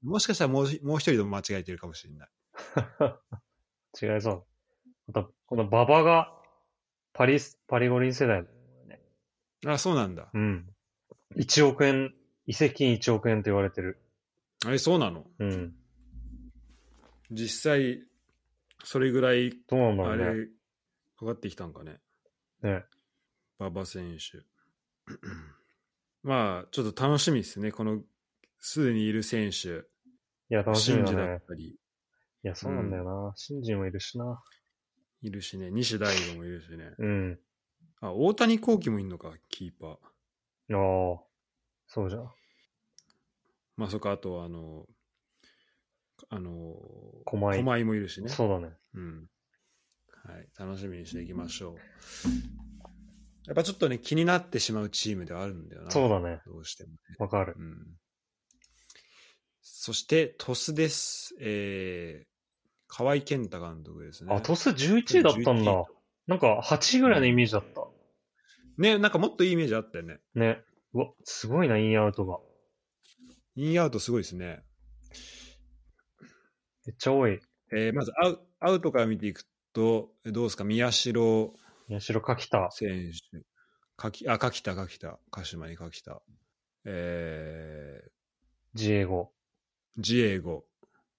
もしかしたらもうもう一人でも間違えてるかもしれない。
違いそう。また、この馬場が、パリス、パリ五輪世代の。
あ、そうなんだ
う。ん。1億円、移籍金1億円と言われてる。
あれ、そうなの
うん。
実際、それぐらい
どうなんだろ
あ
うね。
れ、かかってきたんかね。
ね。
馬場選手。 [clears throat] まあ、ちょっと楽しみですね。この、すでにいる選手。
いや、楽しみだ
シンジ
ね
だ。ったり、
いや、そうなんだよな。新人もいるしな。
いるしね。西大悟もいるしね。
うん。
あ、大谷幸喜もいんのか、キーパー。
ああ、そうじゃん。
まあ、そっか、あと、あの、あの、
狛江
狛江もいるしね。
そうだね。
うん。はい、楽しみにしていきましょう。やっぱちょっとね、気になってしまうチームではあるんだよな。
そうだね。
どうしてもね。
わかる。
うん。そして、鳥栖です。えー、河合健太監督ですね。
あ、トス11位だったんだ。なんか8位ぐらいのイメージだった。
ね、なんかもっといいイメージあったよね。
ね。うわ、すごいな、インアウトが。
インアウトすごいですね。
めっちゃ多い。
えーまずアウアウトから見ていくと、どうですか、宮代
八代かきた。
選手、かきあ、柿田、柿田、鹿島に柿田、え
ジエゴ、
ー、ジエゴ、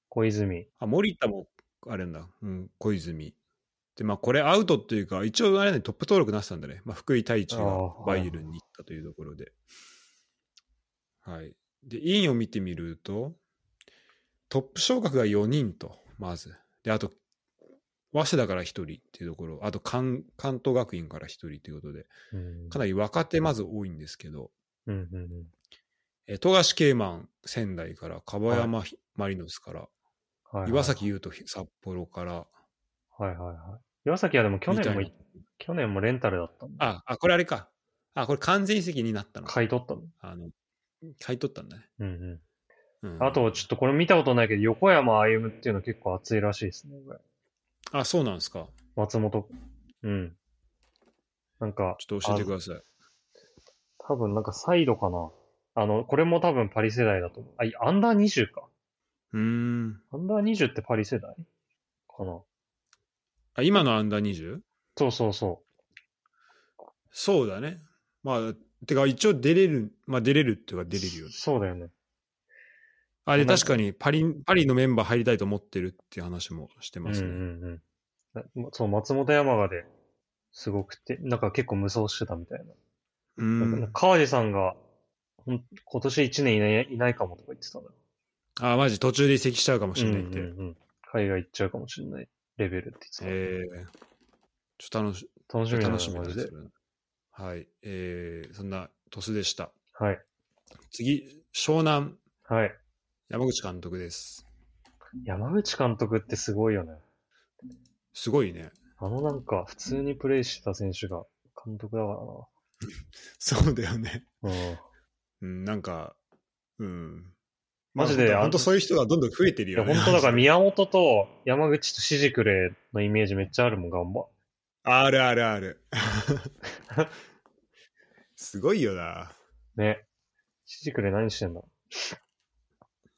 小泉。
あ、森田も、あれなんだ、うん、小泉。で、まあ、これアウトっていうか、一応あれだね、トップ登録なってたんだね。まあ、福井太一
あ
が
ー
バイエルンに行ったというところで。はい。で、インを見てみると、トップ昇格が4人と、まず。で、あと、早稲田から1人っていうところ、あと関関東学院から1人ということで、
うん。
かなり若手まず多いんですけど、
うんうんうん。
え富樫慶満仙台から、樺山ひマリノスから、
はいはい
岩崎優斗札幌から、
はいはいはい。岩崎はでも去年もい
み、
去年もレンタルだったんだ。
あ、あ、これあれか。あ、これ完全移籍になったのか。
買い取ったの。
あの、買い取ったんだね。
うんう
うん
ん。あと、ちょっとこれ見たことないけど、横山歩夢っていうの結構熱いらしいですね。これ
あ、そうなんですか。
松本。うん。なんか、
ちょっと教えてください。
多分なんかサイドかな。あの、これも多分パリ世代だと思う。あ、いアンダー20か。
うーん。
アンダー20ってパリ世代かな。
あ、今のアンダー 20?
そうそうそ
そうだね。まあ、てか一応出れる、まあ出れるっていうか出れるよ
う。
ね。
そうだよね。
あ、で、
なん
確
か
かにパリ、パリのメンバー入りたいと思ってるっていう話もしてますね。
うんうんうんな。そう、松本山がで、すごくて、なんか結構無双してたみたいな。
う
なんか
ん。
川地さんが、ほん今年1年いないいないかもとか言ってたのよ。
あ、マジ途中で移籍しちゃうかもしれないって。
うんうんうん海外行っちゃうかもしれないレベルって言って
えーちょっと楽し、
た。楽しみだな、
楽しみだ
マ
ね
ジで
そ。れはい。えー、そんな、鳥栖でした。
はい。
次、湘南、
はい。
山口監督です。
山口監督ってすごいよね。
すごいね。
あのなんか、普通にプレイしてた選手が監督だか
そうだよね。
らな。うん。
うん、なんか、うん。
マジで
まあ
あ
本当そういう人がどんどん増えてる
い
よ
や、
ね。
本当だから宮本と山口とシジクレのイメージめっちゃあるもん、ガンバ。
[laughs] あるあるある。すごいよな。
ね。シジクレ何してんだ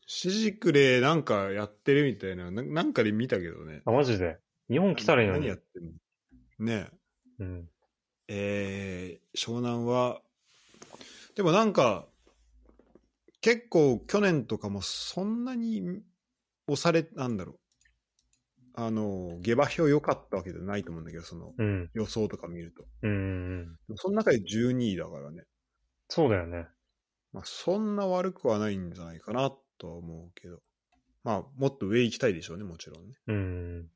シジクレなんかやってるみたいな、ななんかで見たけどね。
あ、マジで。日本来たらいいの
何
に
やっ。てんのね
うん。
え。えー、湘南は、でもなんか、結構去年とかもそんなに押され、なんだろう。あの、下馬評良かったわけじゃないと思うんだけど、その
うん。
予想とか見ると。
うんうんうん。
その中で12位だからね。
そうだよね。
まあ、そんな悪くはないんじゃないかなとは思うけど。まあ、もっと上行きたいでしょうね、もちろんね。
うん。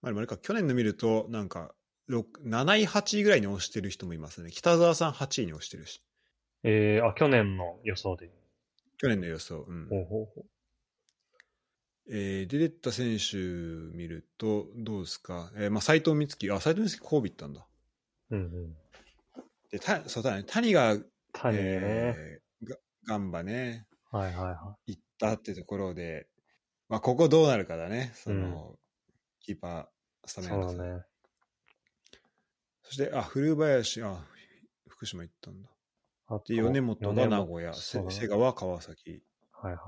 まあ、でもあれか、去年の見ると、なんか、六7位、8位ぐらいに押してる人もいますね。北沢さん8位に押してるし。
えー、あ、去年の予想で。
去年の予想。うん
ほうほうほう。
えー出てった選手見ると、どうですか。えーまあ、斎藤光希。あ、斎藤光希神戸行ったんだ。
うんうん。
で、た、そうだね。谷が、
谷ね、
えーがガンバね。
はいはいは
行ったってところで、まあ、ここどうなるかだね、その、キーパー、スタ
い。
メン
そう
争い
だね。
そして、あ、古林、あ、福島行ったんだ。
あと
で、米本が名古屋、
そ
せ
うだね
瀬川、川崎、
はいはい。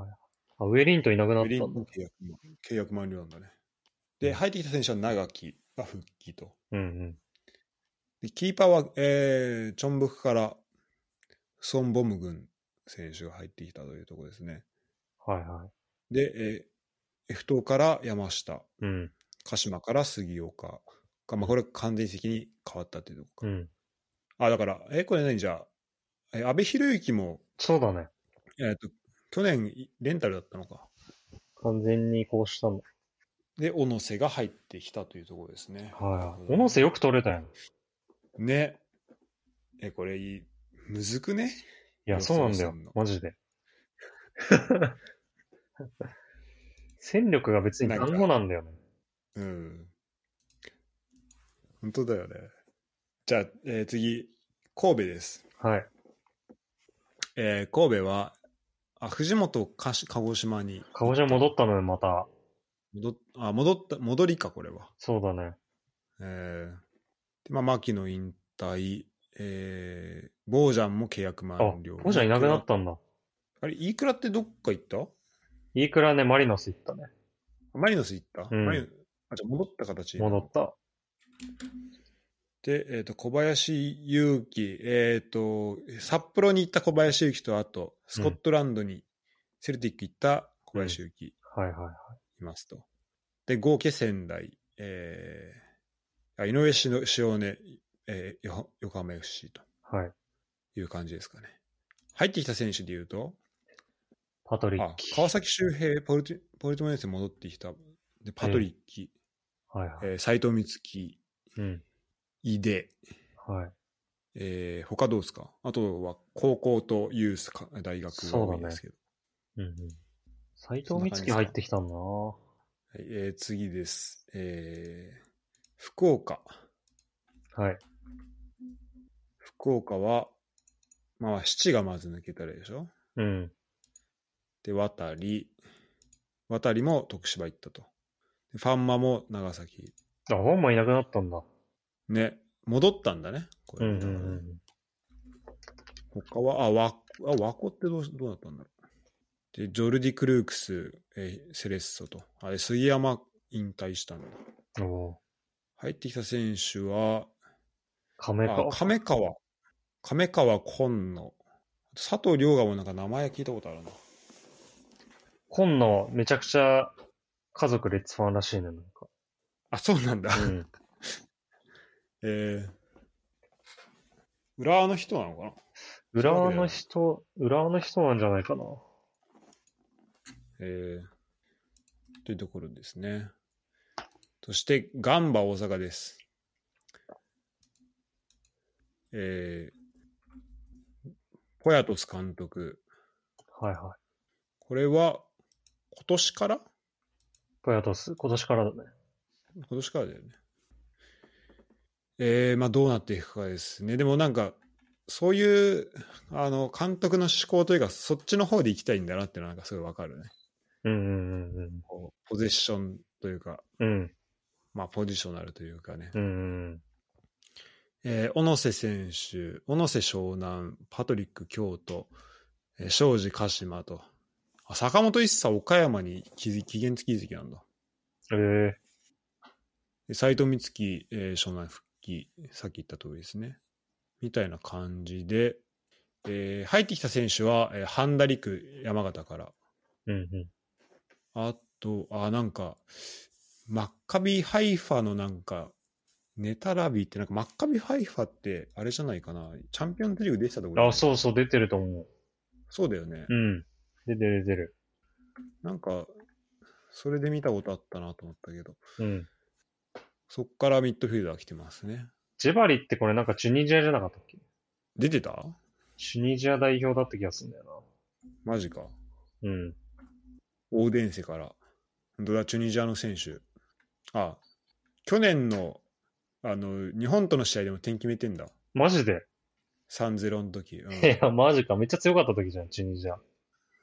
あ、ウェリントンいなくな
ウ
っ
ェリン
た
ト
んだ
ン。契約も契約満了なんだね。
う
で、
ん
入ってきた選手は長木が復帰と。
うんうん。
で、キーパーは、えー、チョンブクから、ソン・ボムグン選手が入ってきたというところですね。
はいはい。
で、えー、F 党から山下、
うん。
鹿島から杉岡が、まあ、これ完全的に変わったっていうとこか、
うん。
あだからえこれ何じゃあえ安倍博之も、
そうだね。
えー、と去年いレンタルだったのか
完全に移行したの。
で小野瀬が入ってきたというところですね
はいはい。
うん
小野瀬よく取れたよね。
ねえ、これいい、むずくね
いや、そうなんだ
予想
よ
すんの。
マジ [laughs] で。戦力が別に単語なんだよね。
うん。本当だよね。じゃあ、えー次、神戸です。
はい。
えー神戸は、あ、藤本かし鹿児島に
鹿児島戻ったのよ、また。
戻っあ戻った、戻りか、これは。
そうだね。
えー、で、まあ、牧野引退、えー、ボージャンも契約
あ
満了。、
こじゃいなくなったんだ。
あれ、イクラってどっか行った
いいくらね、マリノス行ったね。
マリノス行った、
うん
マリノあ、じゃあ戻った形。
戻った。
で、えっ、と、小林祐希、えっ、と、札幌に行った小林祐希と、あと、スコットランドに、セルティック行った小林祐希、
はいはいはい。
いますと。で、合計仙台、えー、あ井上しの塩根、えー、よ横浜 FC と
はい。
いう感じですかね。入ってきた選手で言うと、
パトリッ
あ
キ。
川崎周平、ポルティポルティモネスに戻ってきた、でパトリッキ、
はいはい。
えー、斉藤光希、
うん。
井出、
はい。
えー、他どうですかあとは高校とユースか大学が多いですけど、
うんうん。斎藤
そんな
美
感じ
月入ってきたんだな
はいえー次です、えー、福岡
はい。
福岡はまあ七がまず抜けたらでしょ
うん。
で渡り渡りも徳島行ったとでファンマも長崎
あ、ホンマいなくなったんだ。
ね戻ったんだねこ
う
れ
んうんうん。
他はあわあ和子ってどうどうなったんだろうでジョルディ・クルークス、えーセレッソとあれ杉山引退したんだ
おー
入ってきた選手は、
亀
あ
か。
亀川、亀川紺野、佐藤涼河もなんか名前聞いたことあるな。
今野、めちゃくちゃ家族レッツファンらしいね、なん
[laughs]
か。
あ、そうなんだ。
うん。
えー、浦和の人なのかな
裏の人、裏の人なんじゃないかな。
えー、というところですね。そして、ガンバ大阪です。えー、ポヤトス監督。
はいはい。
これは、今年から
ポヤトス、今年からだね。
今年からだよね。えー、まあどうなっていくかですね。でもなんか、そういう、あの、監督の思考というか、そっちの方で行きたいんだなっていうのはなんかすごいわかるね。
うんうんうんうん。
こうポゼッションというか、
うん
まあポジショナルというかね。
うんうん。
えー、小野瀬選手、小野瀬湘南、パトリック京都、えー庄司鹿島と、あ坂本一茶岡山に期期限付き移籍なんだ。
ええ
斎藤光希、えー湘南復帰、さっき言った通りですね。みたいな感じで、えー入ってきた選手は、えー、半田陸、山形から。
うんうん。
あと、あ、なんか、マッカビハイファのなんか、ネタラビーって、なんかマッカビハイファって、あれじゃないかな、チャンピオンズリーグ出てたところ
あ、そうそう、出てると思う。
そうだよね。
うん。出てる出てる。
なんか、それで見たことあったなと思ったけど、
うん。
そっからミッドフィルダー来てますね。
ジェバリってこれなんかチュニジアじゃなかったっけ
出てた
チュニジア代表だった気がするんだよ
マジか。
な。うん。
オーデンセから、ドラチュニジアの選手。あ、去年の、あの、日本との試合でも点決めてんだ。
マジで、
3-0の時。うん、
いや、マジか。めっちゃ強かった時じゃん、チュニジア。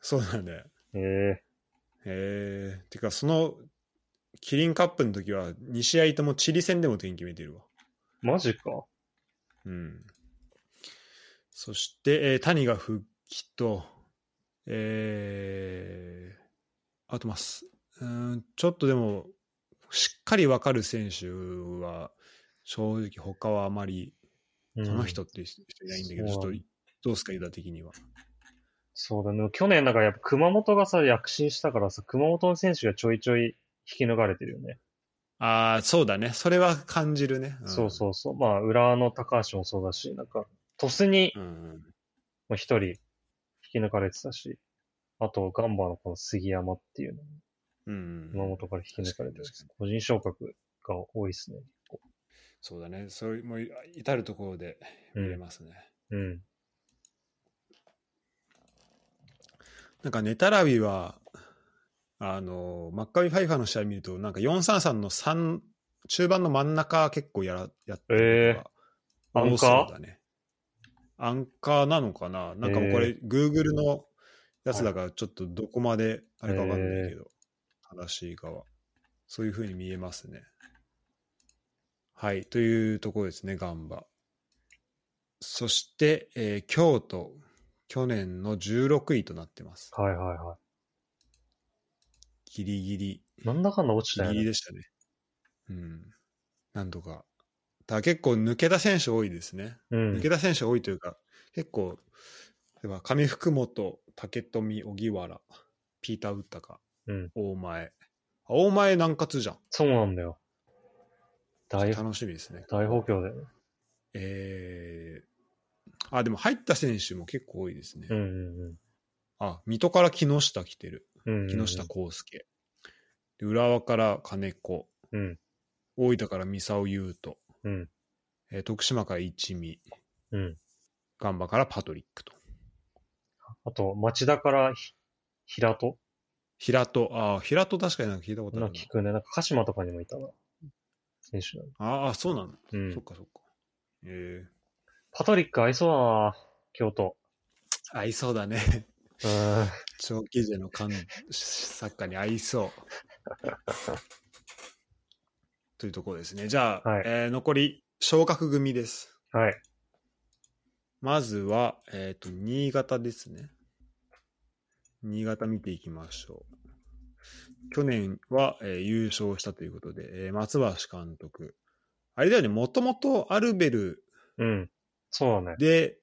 そうなんだよ。
ええ
へえ。てか、その、キリンカップの時は、2試合ともチリ戦でも点決めてるわ。
マジか。
うん。そして、えー谷が復帰と、えー、あとます。うーん、ちょっとでも、しっかりわかる選手は、正直他はあまり、
うん
この人っていう人いないんだけど、
そ
ち
う
ょっと
なんだ、
どうすか、ユダ的には。
そうだね。去年なんかやっぱ熊本がさ、躍進したからさ、熊本の選手がちょいちょい引き抜かれてるよね。
ああ、そうだね。それは感じるね。ん
そうそうそう。まあ、裏の高橋もそうだし、なんか、鳥栖に
うん。
も一人引き抜かれてたし、あと、ガンバのこの杉山っていうのも、
うん。
熊本から引き抜かれてる
確かに確か。
個人昇格が多いですね。
そうだね。それも、至るところで見れますね。
うん。
なんかネタラビは、あの、マッカビファイファーの試合見ると、なんか433の3、中盤の真ん中結構やら、やってるのが
えー
多そうだね。アンカーなのかななんかもうこれ、Google のやつだから、ちょっとどこまであれかわかんないけど、正しい側。そういうふうに見えますね。はい、というところですね、ガンバ。そして、えー京都、去年の16位となってます。
はいはいは
ギリギリ、
い。なんだかんだ落ち
ギ
た
リギ
よ
リ
ね。
でしたね。うん。なんとか。ただ結構抜けた選手多いですね。
うん。
抜けた選手多いというか、結構、例えば上福本、竹富、荻原、ピーター・ウッタカ、
うん
大前。あ大前南葛じゃん。
そうなんだよ。大、
楽しみですね。
大補強で。
えー、あ、でも入った選手も結構多いですね。
うんうん
あ、水戸から木下来てる。
うん。うんうん
木下康介。で浦和から金子。
うん
大分から三沢優斗。
うん
えー徳島から一味。
うん。
ガンバからパトリックと。
あと、町田からひ平戸
平戸。ああ、平戸確かになんか聞いたことあ
な
る
んか聞くね。なんか鹿島とかにもいたな。選手だね
な。ああ、そうなの。
うん
そっ。かそっか。え
パトリック合いそうだな京都。
ー、合いそうだね。
うん。
長期勢の感サッカーに合いそう。
[laughs]
というところですね。じゃあ、
はい
えー残り昇格組です。
はい。
まずは、えっ、と、新潟ですね。新潟見ていきましょう。去年は、えー優勝したということで、えー松橋監督。あれだよね、もともとアルベル
[laughs] うん。そうだね。
で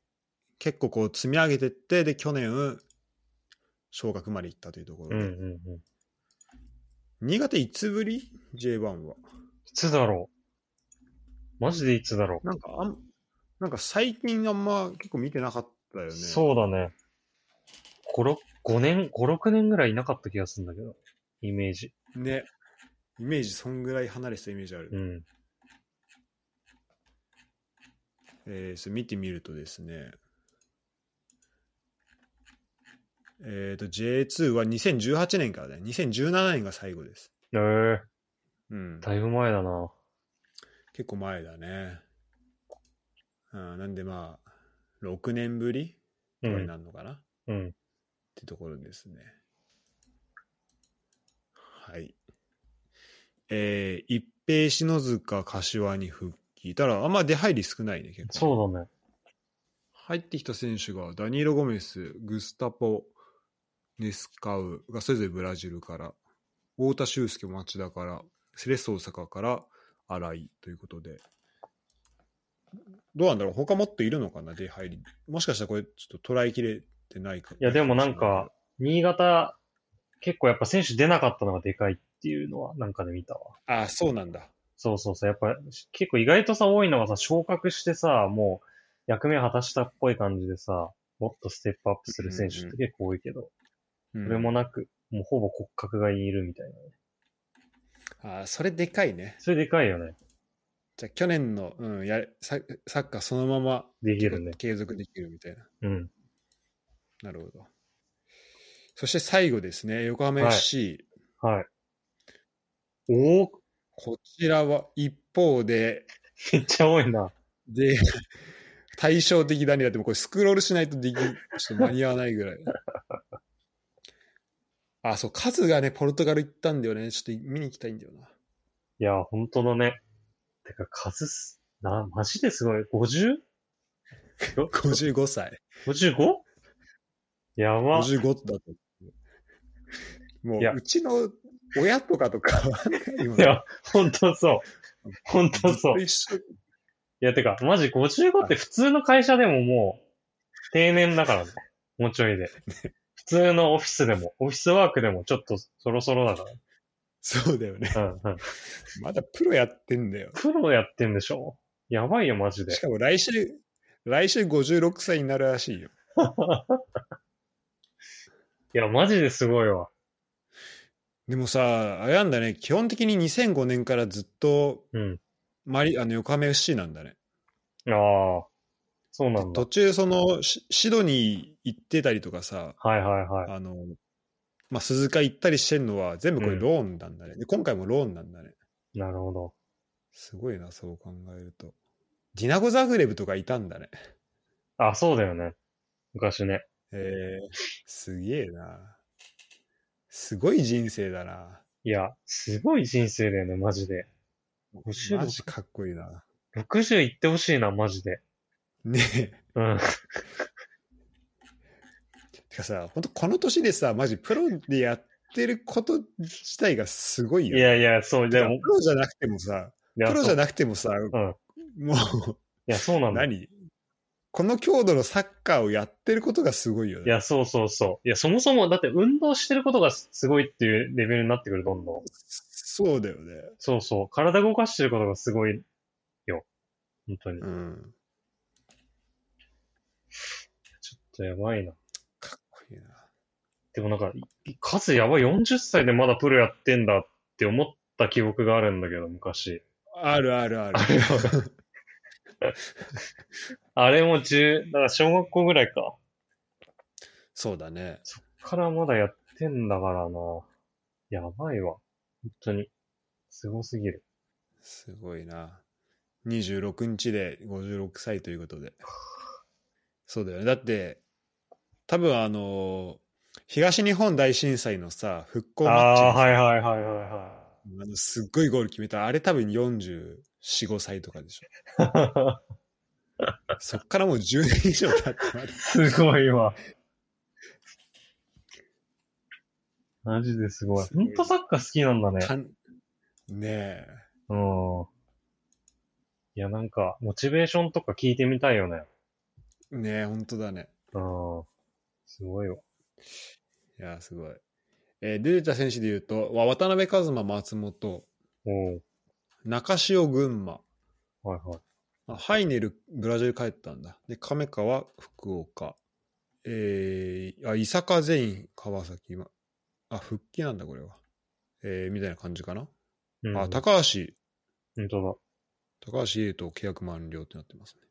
結構こう積み上げてって、で、去年、昇格まで行ったというとこ
う
ろ
んう
で。
んうん。い
新潟いつぶり ?J1 は。
つだろうマジでいつだろ
なんかあん、なんか最近あんま結構見てなかったよ
う
ね。
そうだね。5、5年、5、6年ぐらいいなかった気がするんだけど。イメージ。
う。ね。イメージ、そんぐらい離れてたイメージある。
うん。
えーそれ見てみるとですね、えー、と J2 は2018年からね、2017年が最後です。
ええ
うん、
だいぶ前だな。
結構前だね。あーなんでまあ、6年ぶり
う
ぐらいに
ん。
なるのかな、っ
うん。
てところですね。はい。えー、一平篠塚柏に復帰。たら、あんま出入り少ないね、結構ね。
そうだね。
入ってきた選手がダニーロ・ゴメス、グスタポ、ネスカウがそれぞれブラジルから、太田修介、町田から、セレッソ大阪から新井ということで、どうなんだろう、他もっといるのかな、出入り、もしかしたらこれ、ちょっと捉えきれてないか
いや、でもなんか、、新潟、結構やっぱ選手出なかったのがでかいっていうのは、なんかで見たわ。
ああ、そうなんだ、
そうそうそう。やっぱ、結構意外とさ、多いのがさ、昇格してさ、もう、役目果たしたっぽい感じでさ、もっとステップアップする選手って結構多いけど、
うん
それもなく、もうほぼ骨格がいるみたいなね。
ああそれでかいね、
それでかいよね。
じゃあ、去年の、うん、やササッカーそのまま
できるね。
継続できるみたいな。
うん。
なるほど。そして最後ですね、横浜 FC。
はい。おお
こちらは一方で、
めっちゃ多いな。
で、 [laughs] 対照的だね。だってもうこれスクロールしないとでき、ちょっと間に合わないぐらい。あ、そう、カズがね、ポルトガル行ったんだよね。ちょっと見に行きたいんだよな。
いや、本当だね。てか、数す、な、マジですごい。50?
[laughs] 55歳。
[laughs] 55? やば。
55だと。も
いうや、
うちの親とかとかわかんないもん
いや、本当そう。本当
ずっ
そう
と。一緒
いや、てか、マジ55って普通の会社でももう、定年だからね。もうちょいで。普通のオフィスでも、オフィスワークでもちょっとそろそろだか
そうだよね。
ら。うんうん。
まだプロやってんだよ。
プロやってんでしょやばいよ、マジで
し。かも来週、来週56歳になるらしいよ。
いや、マジですごいわ。
でもさ、あれなんだね、基本的に2005年からずっと
うん。
マリあの横浜 FC なんだね。
ああ。そうなんだ
途。中、その、シシドニー行ってたりとかさ、
はいはいはい。
あの、まあ、鈴鹿行ったりしてんのは、全部これ
うん
ローンなんだね、で、今回もローンなんだね。
なるほど。
すごいな、そう考えると。ディナゴ・ザグレブとかいたんだね。
あ、そうだよね。昔ね。
えー、すげえな。すごい人生だな。
いや、すごい人生だよね、マジで。
マ
56
ジかっこいいな。
60いってほしいな、マジで。
ねえ。
うん。
てかさ、本当この年でさ、マジプロでやってること自体がすごい
い
よ。
やいや、そう、でも、い
プロじゃなくてもさ、
や、
プロじゃ
な
な
い。
くてもさ、
うん。い
も
や、そうな
う、
んだ。い
何この強度のサッカーをやってることがすごいよね。
や、そうそうそう。いや、そもそも、だって運動してることがすすごいっていうレベルになってくる、どんどん。
そうだよね。
そうそう。体動かしてることがすごいよ。本当に。
うん。
ちょっとやばいな。
かっこいいな。
でもなんか、い数やばい。40歳でまだプロやってんだって思った記憶があるんだけど、昔。
あるあるある。
あれも10、だから小学校ぐらいか。
そうだね。
そっからまだやってんだからな。やばいわ。本当に。すごすぎる。
すごいな。26日で56歳ということで。そうだよね。だって、多分あの東日本大震災のさ、復興マッチ
あ
の
あー、
さ
はいはいはいはいは
あのすっごいゴール決めた、あれ多分44、5歳とかでしょ。
い。
そっからもう10年以上経ってまだ
[laughs] すごいわ。マジですごい。
すご
ほ
い
んとサッカー好きなん [laughs] だね。
かんねえ。
うん。いや、なんか、モチベーションとか聞いてみたいよね。
ねえ、本当だね。
うん。すごいわ。
いや、すごい。えー出てた選手で言うと、わ渡辺一馬、松本、
おう
中潮群馬、
はいはい。
あハイネル、ブラジル帰ったんだ。で、亀川、福岡。えー、あ、伊坂全員、川崎、まあ、復帰なんだ、これは。えー、みたいな感じかな。
うん、
あ、高橋、
ほんとだ。
高橋優斗、契約満了ってなってますね。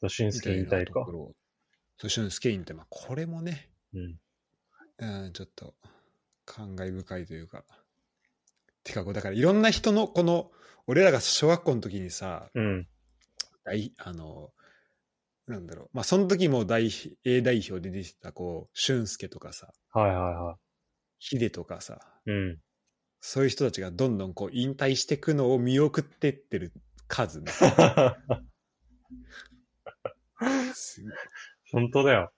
ドシンスキ引退
と
か
こ。ろ。そして、スケインって、まあ、これもね、
うん。
うん、ちょっと、感慨深いというか。てか、こうだから、いろんな人の、この、俺らが小学校の時にさ、
うん。
大あのなんだろうまあその時も代 A 代表で出てたこう俊介とかさ
はいはいは
ヒデとかさ
い。 [laughs] うん。
そういう人たちがどんどんこう引退してくのを見送ってってる数
[laughs]
ねす
本当だよ。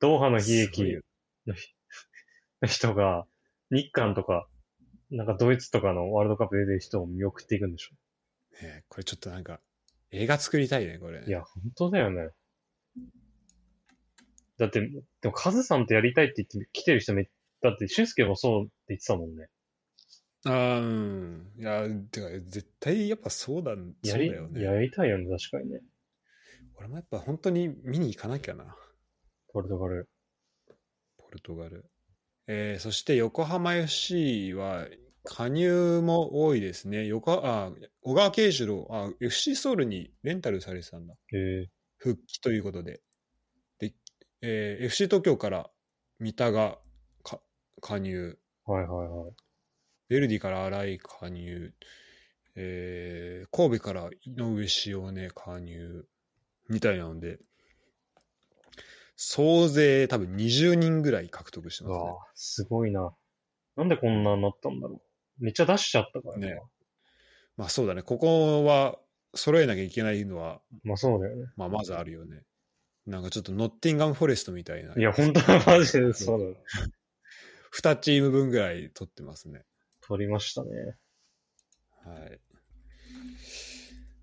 ドーハの悲
すごい
劇
よ
の人が、日韓とか、なんかドイツとかのワールドカップ出てる人を見送っていくんでしょ。
ねこれちょっとなんか映画作りたいねこれ
いや、本当だよね。だって、でもカズさんとやりたいって言って来てる人め、だって俊介もそうって言ってたもんね。
あーうんいやてか絶対やっぱそうだ
や
そう
り、
だよね
やりたいよね、確かにね。
俺もやっぱ本当に見に行かなきゃな
ポルトガル。
ポルトガル。えーそして横浜 FC は、加入も多いですね。横あ小川慶次郎あ、FC ソウルにレンタルされてたんだ。
へえ
復帰ということで。で、えー FC 東京から三田がか加入、
はいはいはい。
ヴェルディから新井加入、えー神戸から井上塩根加入みたいなので、総勢多分20人ぐらい獲得して
う
ますね
わ。あすごいな。なんでこんなになったんだろう。めっちゃ出しちゃったからね
ね。まあそうだね、ここは揃えなきゃいけないのは、
まあそうだよね。
まあまずあるよね。なんかちょっとノッティンガム・フォレストみたいな、
いや、本当はマジでそうだよ。
2チーム分ぐらい取ってますね。
取りましたね。
はい。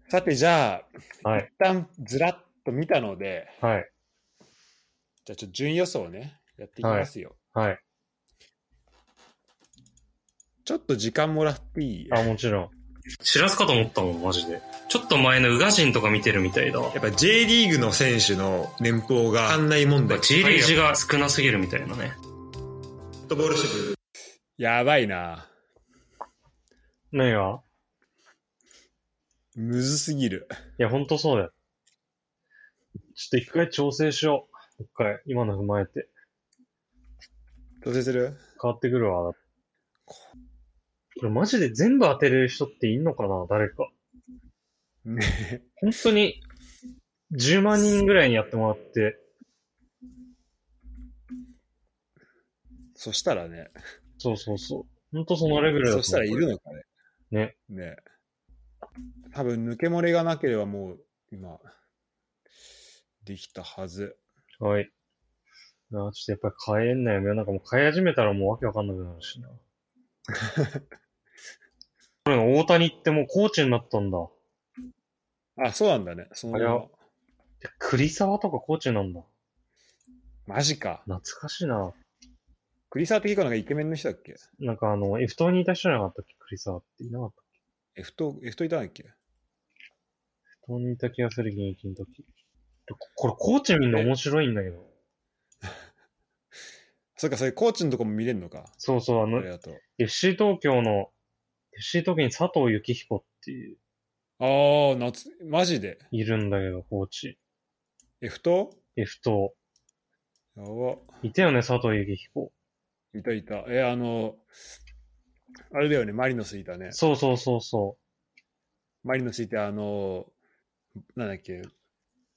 さて、じゃあ、
はい
一旦ずらっと見たので、
はい。
じゃあちょっと順位予想をね、やっていきますよ。
はい。
ちょっと時間もらっていい
あ、もちろん。知らずかと思ったもん、マジで。ちょっと前のウガジンとか見てるみたいだわ。
やっぱ J リーグの選手の年俸が館内問題。
J リージが少なすぎるみたいなね。
ットボール支部。やばいな。
何が
むずすぎる。
いや、ほんとそうだよ。ちょっと一回調整しよう。一回、今の踏まえて。
調整する
変わってくるわ。これマジで全部当てれる人っていんのかな誰か。
ね
本当に、10万人ぐらいにやってもらって、
そしたらね。
そうそうそう。本当そのレベルだと
そ
思
うしたらいるのかね。
ね。
ね。多分抜け漏れがなければもう今、できたはず。
はい。なあちょっとやっぱり変えんなよ。なんかもう変え始めたらもうわけわかんなくなるしな。これ大谷ってもうコーチになったんだ。
あ、そうなんだね。その
あれはで栗沢とかコーチなんだ。
マジか。
懐かしいな。
栗沢って結構なんかイケメンの人だっけ
なんかあの、F 党にいた人じゃなかったっけ栗沢っていなかったっけ
?F と、F といたんだっけ
F 党にいた気がする、現役の時。でここれコーチ見るの面白いんだけど。
そっか、それコーチのとこも見れるのか。
そうそう、あ
あ
の
り、がとう。
FC 東京の、FC 東京に佐藤幸彦っていう、
ああ、夏、マジで。
いるんだけど、コーチ。
F と
F 党。
やば。
いたよね、佐藤幸彦。
いたいた。え、あの、あれだよね、マリノスいたね。
そうそうそうそ
マリノスいて、あの、なんだっけ、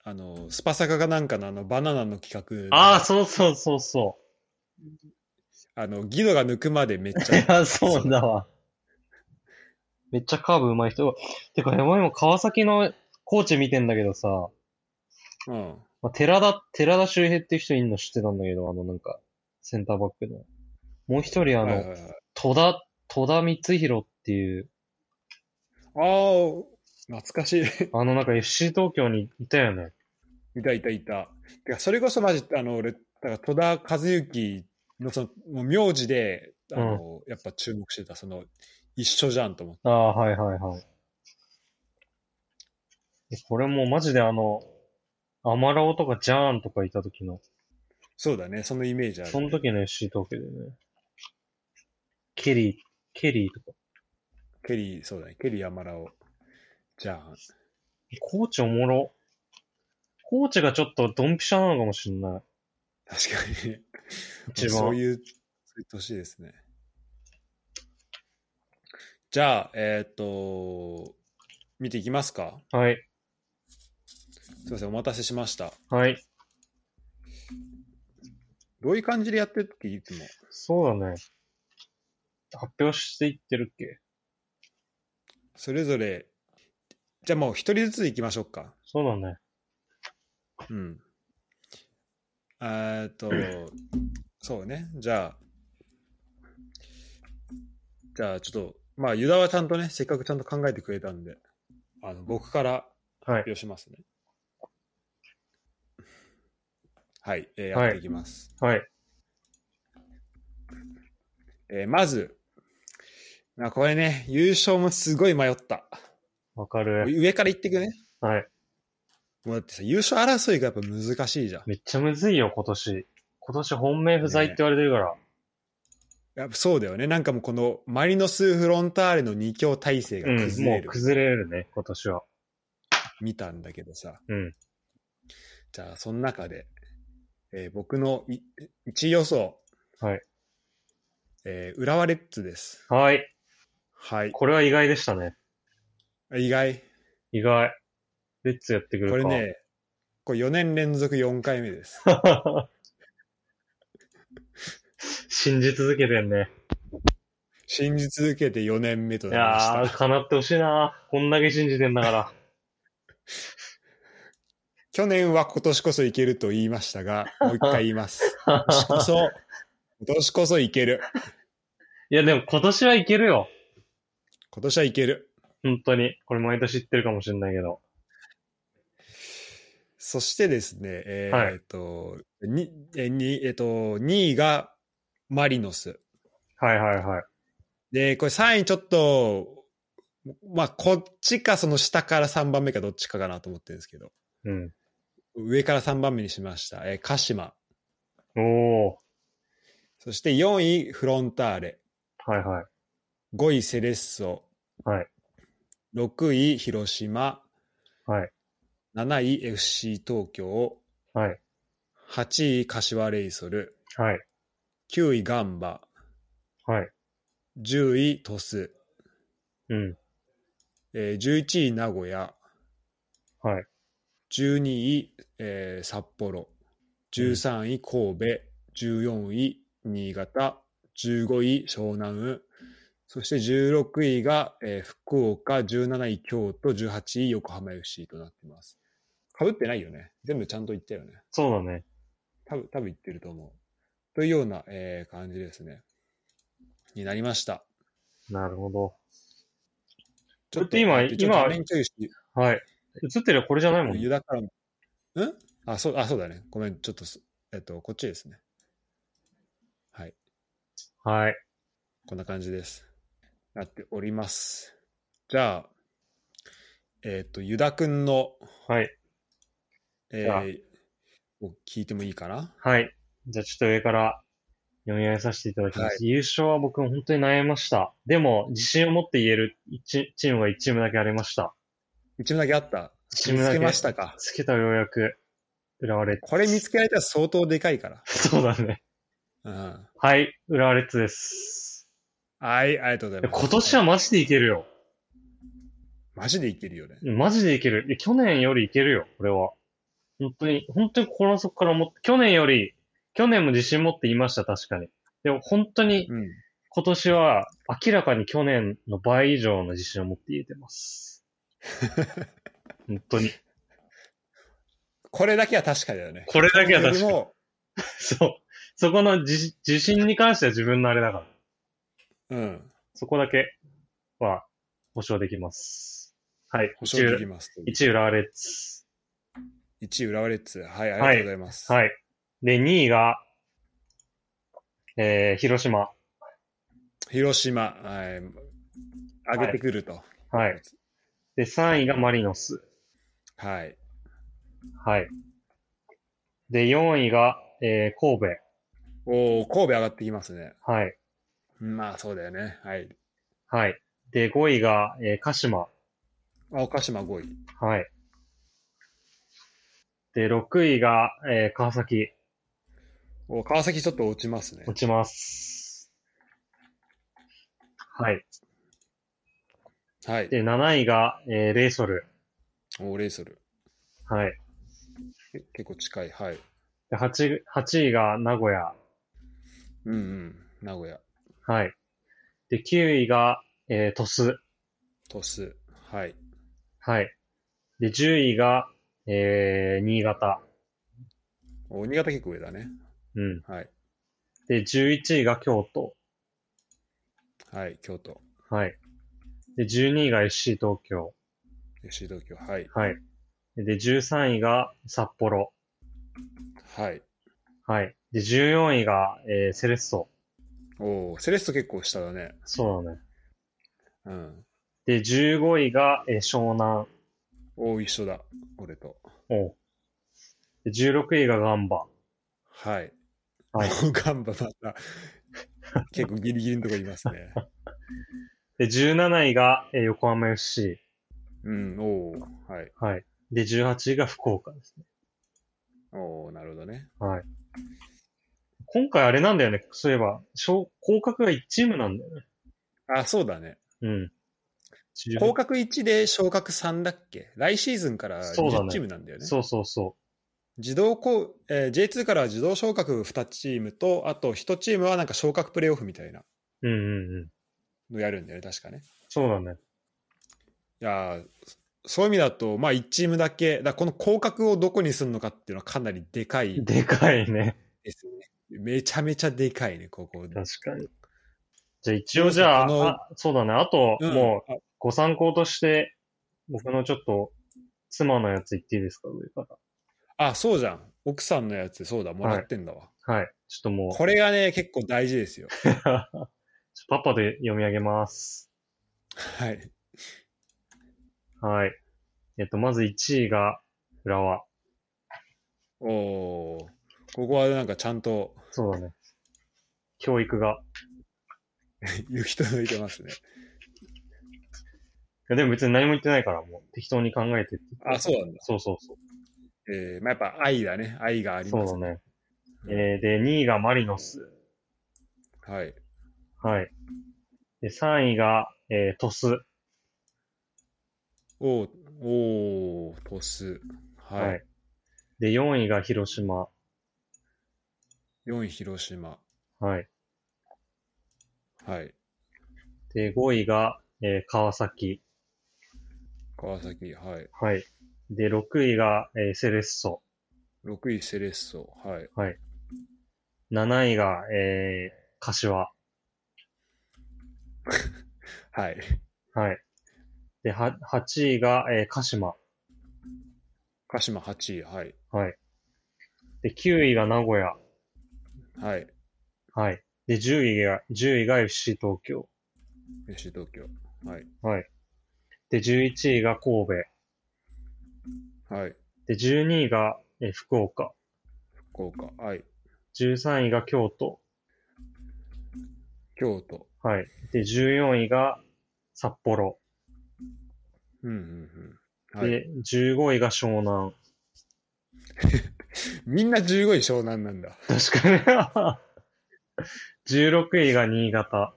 あの、スパサカかなんかのあの、バナナの企
う。
画。
ああ、そうそうそうそ
あの、ギドが抜くまでめっち
う。い
ゃ、
[laughs] や、そうだわ。めっちゃカーブ上手い人。てか、山今川崎のコーチ見てんだけどさ、
うん。
まあ、寺田、寺田周平っていう人いんの知ってたんだけど、あのなんか、センターバックの。もう一人あ
はい
の、
はいはい、
戸田、戸田光弘っていう、
ああ、懐かしい。 [laughs]
あのなんか FC 東京にいたよね。
いたいたいた。てか、それこそマジ、あの、俺、だから戸田和幸のその、もう名字で、あの、やっぱ注目してた、その、一緒じゃんと思って。
ああ、はいはいはい。えこれもうマジであの、アマラオとかジャーンとかいた時の、
そうだね、そのイメージある、
その時の FC 東京でね。ケリー、ケリーとか。
ケリー、そうだね、ケリー山ラを。じゃあ、
コーチおもろ。コーチがちょっとドンピシャなのかもしんない。
確かにね。
一番
[laughs] そういう、そういう年ですね。じゃあ、えっ、と、見ていきますか。
はい、
すみません、お待たせしました。
はい。
どういう感じでやってるっていつも。
そうだね。発表していってるっけ
それぞれ、じゃあもう一人ずつ行きましょうか。
そうだね。
うん。えっと、そうね。じゃあ、じゃあちょっと、まあ、ユダはちゃんとね、せっかくちゃんと考えてくれたんで、あの僕から
はい
発表しますね。はい、えー
はい
やっていきます。
はい。
えーまず、まあ、これね、優勝もすごい迷った。
わかる。
上から行ってくね。
はい。
もうだってさ、優勝争いがやっぱ難しいじゃん。
めっちゃむずいよ、今年。今年本命不在って言われてるから。
やっぱそうだよね。なんかもうこのマリノスフロンターレの二強体制が
うん、
崩
も
れ
う
る、
崩れるね、今年は。
見たんだけどさ。
うん。
じゃあ、その中で、えー僕のい1位予想。
はい。
えー浦和レッズです。
はい。
はい。
これは意外でしたね。
意外。
意外。レッツやってくる
こ
か。
れね、これ4年連続4回目
[laughs]
です。
[laughs] 信じ続けてんね。
信じ続けて4年目と
い
なりまし
やー、
た。
叶ってほしいなこんだけ信じてんだから。
去年は今年こそいけると言いました
[laughs]
が、もう一回言います。今年こそ、今年こそいける。
いや、でも今年はいけるよ。
今年はいける。
本当に。これ毎年言ってるかもしれないけど。
そしてですね、えー
はい
っと、に、え、に、えっと、2位がマリノス。
はいはいはい。
で、これ3位ちょっと、まあ、こっちかその下から3番目かどっちかかなと思ってるんですけど、
うん。
上から3番目にしました。えー鹿島。
おー。
そして4位フロンターレ。
はいはい。
5位セレッソ。
はい。
6位広島。
はい。
7位 FC 東京、
はい。
8位柏レイソル、
はい。
9位ガンバ、
はい。
10位鳥栖、
うん。
えー11位名古屋、
はい。
12位、えー札幌、13位神戸、14位新潟、15位湘南、そして16位が、えー福岡、17位京都、18位横浜 FC となっています。かぶってないよね。全部ちゃんと言ったよね。
そうだね。
多分、多分言ってると思う。というような、えー感じですね。になりました。
なるほど。
ちょっ
だっ
と
て今
待ってちょっと
今
画面共有して
はい。映ってるのこれじゃないもん。
ユダからも。んあ、そう、あ、そうだね。ごめん、ちょっとす、えっと、こっちですね。はい。
はい。
こんな感じです。なっております。じゃあ、えっと、ユダくんの、
はい。
え
じゃあ
ー、を聞いてもいいかな
はい。じゃあちょっと上から読み上げさせていただきます。優勝は僕も本当に悩みました。でも、自信を持って言える一チームが1チームだけありました。
一部だけあった。
一部だ
見つ
け
けましたか。
つけたようやく、浦和レッズ。
これ見つけられたら相当でかいから。
[laughs] そうだね。
うん。
はい、浦和レッズです。
はい、ありがとうございます。
今年はマジでいけるよ。
マジでいけるよね。
マジでいける。いや去年よりいけるよ、これは。本当に、本当に心の底から思って、去年より、去年も自信持って言いました、確かに。でも本当に
うん。
今年は明らかに去年の倍以上の自信を持って言えてます。本当に。
これだけは確かだよね。
[laughs] これだけは確
より
かに。
も
そう。そこの自自信に関しては自分のあれだから。
うん。
そこだけは保証できます。はい。
保証できます。
一浦和レッズ。
1位浦和レッズ。はい、ありがとうございます。
はい。で、2位が、えー、広島。
広島、はい、上げてくると。
はい。で、3位がマリノス。
はい。
はい。で、4位が、えー、神
おお神戸上がってきますね。
戸。はい。
まあ、そうだよね。はい。
はい。で、5位が、えー、鹿島。
あ、岡島5位。
はい。で、6位が、えー、川崎。
お川崎ちょっと落ちますね
落。ちます。はい。
はい。
で、7位が、えー、レイソル。
おレイソル。
はい。
け結構近い。はい。
で、8、8位が名古屋。
うんうん。名古屋、
はい。で、9位が、えー、鳥栖。
鳥栖。はい。
はい。で、10位が、えー、新潟。
お新潟結構上だね。
うん。
はい。
で、11位が京都。
はい。京都。
はい。で、12位が FC 東京。
吉井東京。はい。
はい。で、13位が札幌。
はい。
はい。で、14位が、えー、セレッソ。
おセレッソ結構下だね。
そうだね。
うん。
で、15位が、えー、湘南。
お一緒だ。俺と。
おうで、16位がガンバ。
はい。
はい。
[laughs] ガンバまた、結構ギリギリのとこいますね。
で、17位が、えー、横浜 FC。
うん、おおはい。
はい。で、18位が福岡ですね。
おおなるほどね。
はい。今回あれなんだよね。そういえば、昇降格が1チームなんだよね。
あ、そうだね。
うん。
降格1で昇格3だっけ来シーズンから
そうだね
10チームなんだよね。
そうそうそ
自動降、えー J2 から自動昇格2チームと、あと1チームはなんか昇格プレーオフみたいな
う。うんうんうん。
のやるんだよね、確かね。
そうだね。
いやーそういう意味だと、まあ1チームだけ、だからこの降格をどこにするのかっていうのはかなりでかい
でかいね。
ですね。めちゃめちゃでかいね、ここ。
確かに。じゃあ一応じゃ
どうですか
あ、あそうだね。あと、
うん
もう、
あ
ご参考として、僕のちょっと、妻のやつ言っていいですか上か
あ、そうじゃん。奥さんのやつ、そうだ、もらってんだわ。
ら。はい。ちょっともう、
[laughs] これがね、結構大事ですよ。
パパで読み上げます。
はい。
はい。えっと、まず1位が、浦和。
おおー。ここはなんかちゃんと [laughs]
そうだね。教育が。
言う人抜いてますね。
やでも別に何も言ってないから、もう適当に考えてって。
あ、そうなんだ。
そうそうそう。
えー、まあ、やっぱ愛だね。愛があり
そう
ます
だ
ね。
ね。えー、で、2位がマリノス。
はい。
はい。で、3位が、えー、トス。
おーおートス。はい。
はい。で、4位が広島。
4位、広島。
はい。
はい。
で、5位が、えー、川崎。
川崎。はい。
はい。で、6位が、えー、セレッソ。
6位、セレッソ。はい。
7位が、えー、柏。
はい。
はい。で、は、8位が、えー、鹿島。
鹿島8位。はい。
はい。で、9位が名古屋。
はい。
はい。で、10位が、10位が FC 東京。
FC 東京。はい。
はい。で、11位が神戸。
はい。
で、12位が、えー福岡。
福岡。はい。
13位が京都。
京都。
はい。で、14位が札幌。
うんうんうん。はい。
で、15位が湘南。
みんな15位湘南なんだ。
確かに。16位が新潟。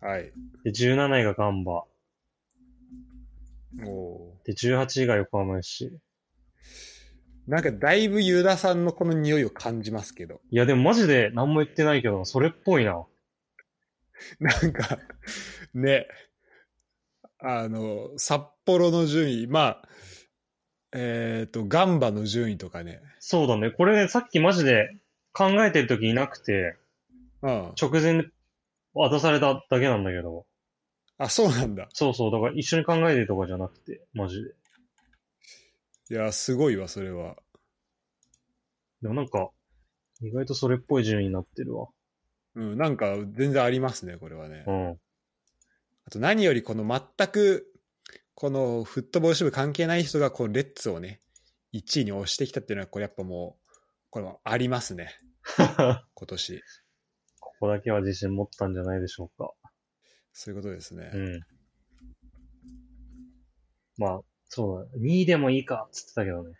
はい。
で、17位がガンバ。
おお
で、18位が横浜 FC。
ー。なんかだいぶユダさんのこの匂いを感じますけど。 [laughs]
いや、でもマジで何も言ってないけど、それっぽいな。
なんか、ね、あの、札幌の順位、まあ、えっ、と、ガンバの順位とかね。
そうだね。これね、さっきマジで考えてる時いなくて、
うん。
直前で渡されただけなんだけど。
あ、そうなんだ。
そうそう。だから一緒に考えてるとかじゃなくて、マジで。
いや、すごいわ、それは。
でもなんか、意外とそれっぽい順位になってるわ。
うん、なんか全然ありますね、これはね。
うん。 [laughs]
あと何よりこの全く、このフットボール支部関係ない人がこうレッツをね、1位に押してきたっていうのは、これやっぱもう、これもありますね、今年。
ここだけは自信持ったんじゃないでしょうか。
そういうことですね。
うん。まあ、そうだね。2位でもいいかっつってたけどね。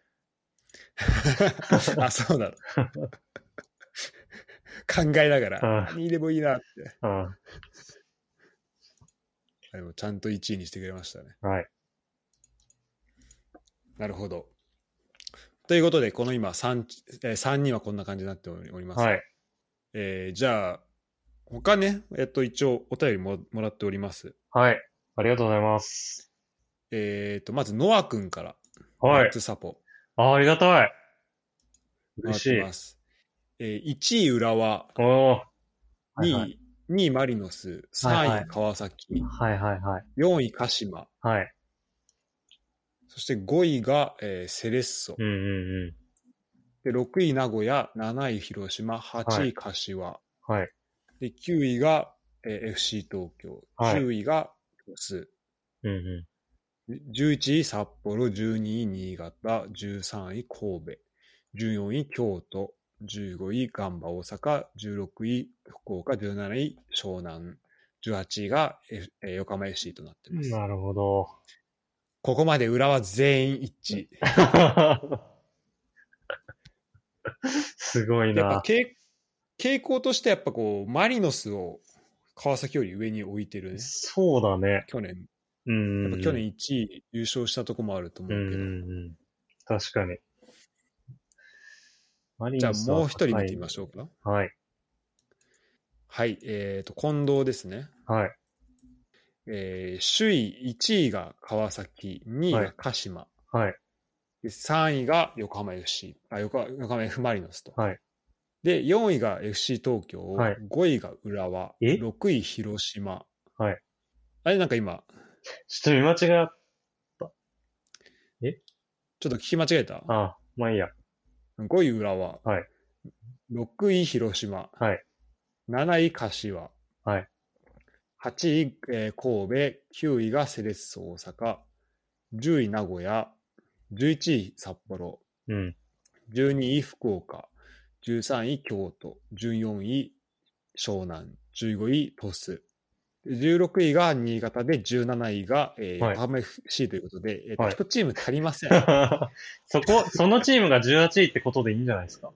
[laughs] あ、そうなの。考えながら、
うん
2位でもいいなって。
うん。
あでもちゃんと1位にしてくれましたね。
はい。
なるほど。ということで、この今3、えー3人はこんな感じになっております。
はい。
えーじゃあ、他ね、えっと、一応お便りももらっております。
はい。ありがとうございます。
えっと、まず、ノア君から、
は
ナッ
い。
ツサポ、
あ、ありがたい。
もら
嬉
っ
しい
て。ます。えー、1位浦和、
おお。は
2
い
位、
はい。
2位マリノス、
はいは
3
い
位川崎、
はいはいはい。
4位鹿島、
はい。
そして5位が、えーセレッソ、
うんうんう
で6位名古屋、7位広島、8位柏、
ん。はい。
で9位が、えー FC 東京、
はい
10位がロス、
うんう
11位札幌、12位新潟、13位神戸、14位京都、15位ガンバ大阪、16位福岡、17位湘南、18位が、F えー横浜 FC となっていま
ん。
す。
なるほど。
ここまで裏は全員一致。
すご
や
い
っぱ
な。
傾傾向としてやっぱこうマリノスを川崎より上に置いてるね。
そうだね。
去年、
うん
や
うん
っ
う
ぱ
ん。
去年1位優勝したとこもあると思
うん
う
う
けど。
んうん。確かに。マリ
じゃ
ノ
あ
スは
もう一人見てみましょうか。
はい。
はい、えっ、と、近藤ですね。
はい。
えー首位1位が川崎、2位が鹿島、
はい。
で3位が横浜 FC、あ横浜横浜 F ・マリノスと、
はい
で、4位が FC 東京、
はい
5位が浦和、
え
6位広島。
はい
あれ、なんか今、
ちょっと見間違え
ちょっと聞き間違えた
た。あ、まあいいや。
?5 位浦和、
はい
6位広島、
はい
7位柏、
はい
8位、えー神戸、9位がセレッソ大阪、10位名古屋、11位札幌、
うん。
12位福岡、13位京都、14位湘南、15位鳥栖、 16位が新潟で、17位が、えー
はい
横浜 FC ということで、えーと
はい
1チーム足りません。 [laughs]
そこ、そのチームが18位ってことでいいんじゃないですか。